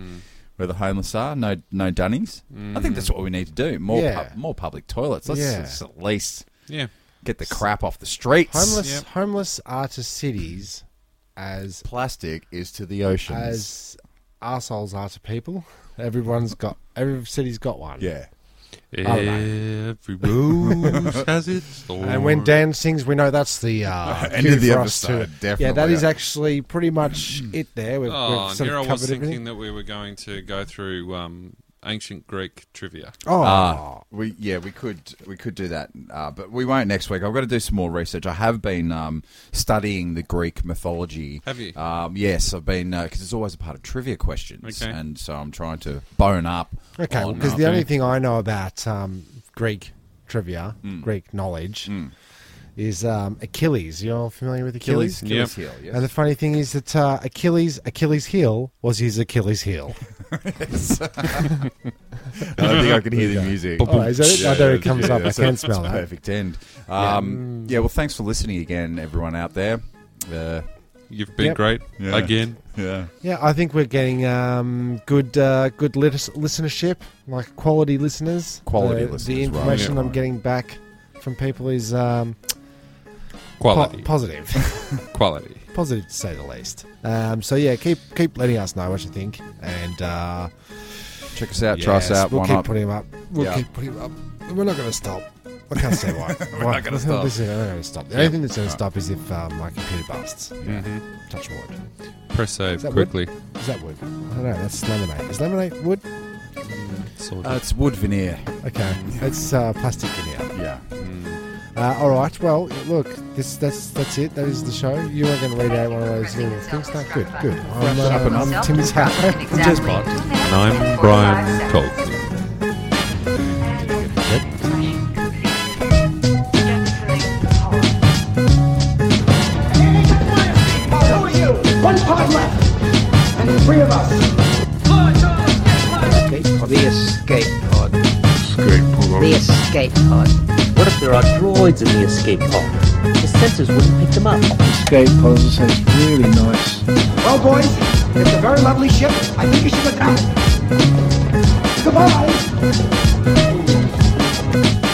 S3: where the homeless are. No, no dunnies. I think that's what we need to do. More,
S4: Yeah.
S3: pub, more public toilets. Let's,
S4: Yeah.
S3: let's at least
S5: Yeah,
S3: get the crap off the streets.
S4: Homeless
S5: Yep.
S4: homeless are to cities as
S3: plastic is to the oceans.
S4: as assholes are to people. Everyone's got every city's got one.
S3: yeah.
S5: every rose has its thorn.
S4: And when Dan sings, we know that's the uh,
S3: End
S4: cue
S3: of the
S4: for us
S3: episode,
S4: to-
S3: definitely.
S4: Yeah, that is actually pretty much it. There, we've,
S5: oh,
S4: we've
S5: and
S4: sort
S5: here I
S4: of
S5: was
S4: covered
S5: thinking
S4: everything.
S5: that we were going to go through um, ancient Greek trivia.
S4: Oh,
S3: Uh, we yeah we could we could do that, uh, but we won't next week. I've got to do some more research. I have been um, studying the Greek mythology.
S5: Have you?
S3: Um, yes, I've been because it's always a part of trivia questions,
S5: Okay.
S3: and so I'm trying to bone up.
S4: okay.
S3: on,
S4: Because
S3: uh,
S4: the only thing I know about um, Greek trivia,
S3: Mm.
S4: Greek knowledge, is um, Achilles. You're all familiar with Achilles?
S5: Achilles.
S3: Achilles heel, yes.
S4: And the funny thing is that uh, Achilles, Achilles' heel was his Achilles' heel.
S3: I don't think I can hear the music.
S4: Oh, is that it? Oh, there it comes up. I
S3: that's
S4: can
S3: a-
S4: smell Mm.
S3: that's a
S4: that.
S3: Perfect end. Um, yeah. Well, thanks for listening again, everyone out there. Uh,
S5: You've been
S4: Yep.
S5: great
S3: Yeah.
S5: again.
S3: yeah.
S4: Yeah, I think we're getting um, good uh, good lit- listenership, like quality listeners.
S3: Quality
S4: the,
S3: listeners,
S4: The
S3: right.
S4: information
S3: Yeah.
S4: I'm getting back from people is um, po-
S5: Quality,
S4: positive,
S5: quality.
S4: positive to say the least. Um, so yeah, keep keep letting us know what you think, and uh,
S3: Check us out. try us
S4: yes,
S3: out.
S4: We'll
S3: one
S4: keep
S3: up.
S4: putting them up. We'll
S3: Yeah.
S4: keep putting them up. We're not going to stop. I can't say why. we're not going to stop. Listen, we're not going to stop. The only thing that's going to stop is if um, my computer busts. Touch wood.
S5: Press save
S4: that
S5: quickly.
S4: Is that wood? I don't know. That's lemonade. Is lemonade wood?
S5: Sort
S3: Uh,
S5: of.
S3: it's wood veneer.
S4: Okay, it's uh, plastic in here.
S3: Yeah.
S4: Uh, all right. Well, look, this that's that's it. That is the show. You are going to read out one of those little things. No, good, good. I'm, uh, I'm Timmy Tower.
S7: Cheers, Bart.
S5: and I'm Brian Colton.
S7: Colt.
S8: Who are you? One pod left. And there's three of us.
S2: The escape pod. The escape pod. What if there are droids in the escape pod? The sensors wouldn't pick them up.
S9: escape pods sounds really nice.
S8: Well, boys, it's a very lovely ship. I think you should attack. Goodbye.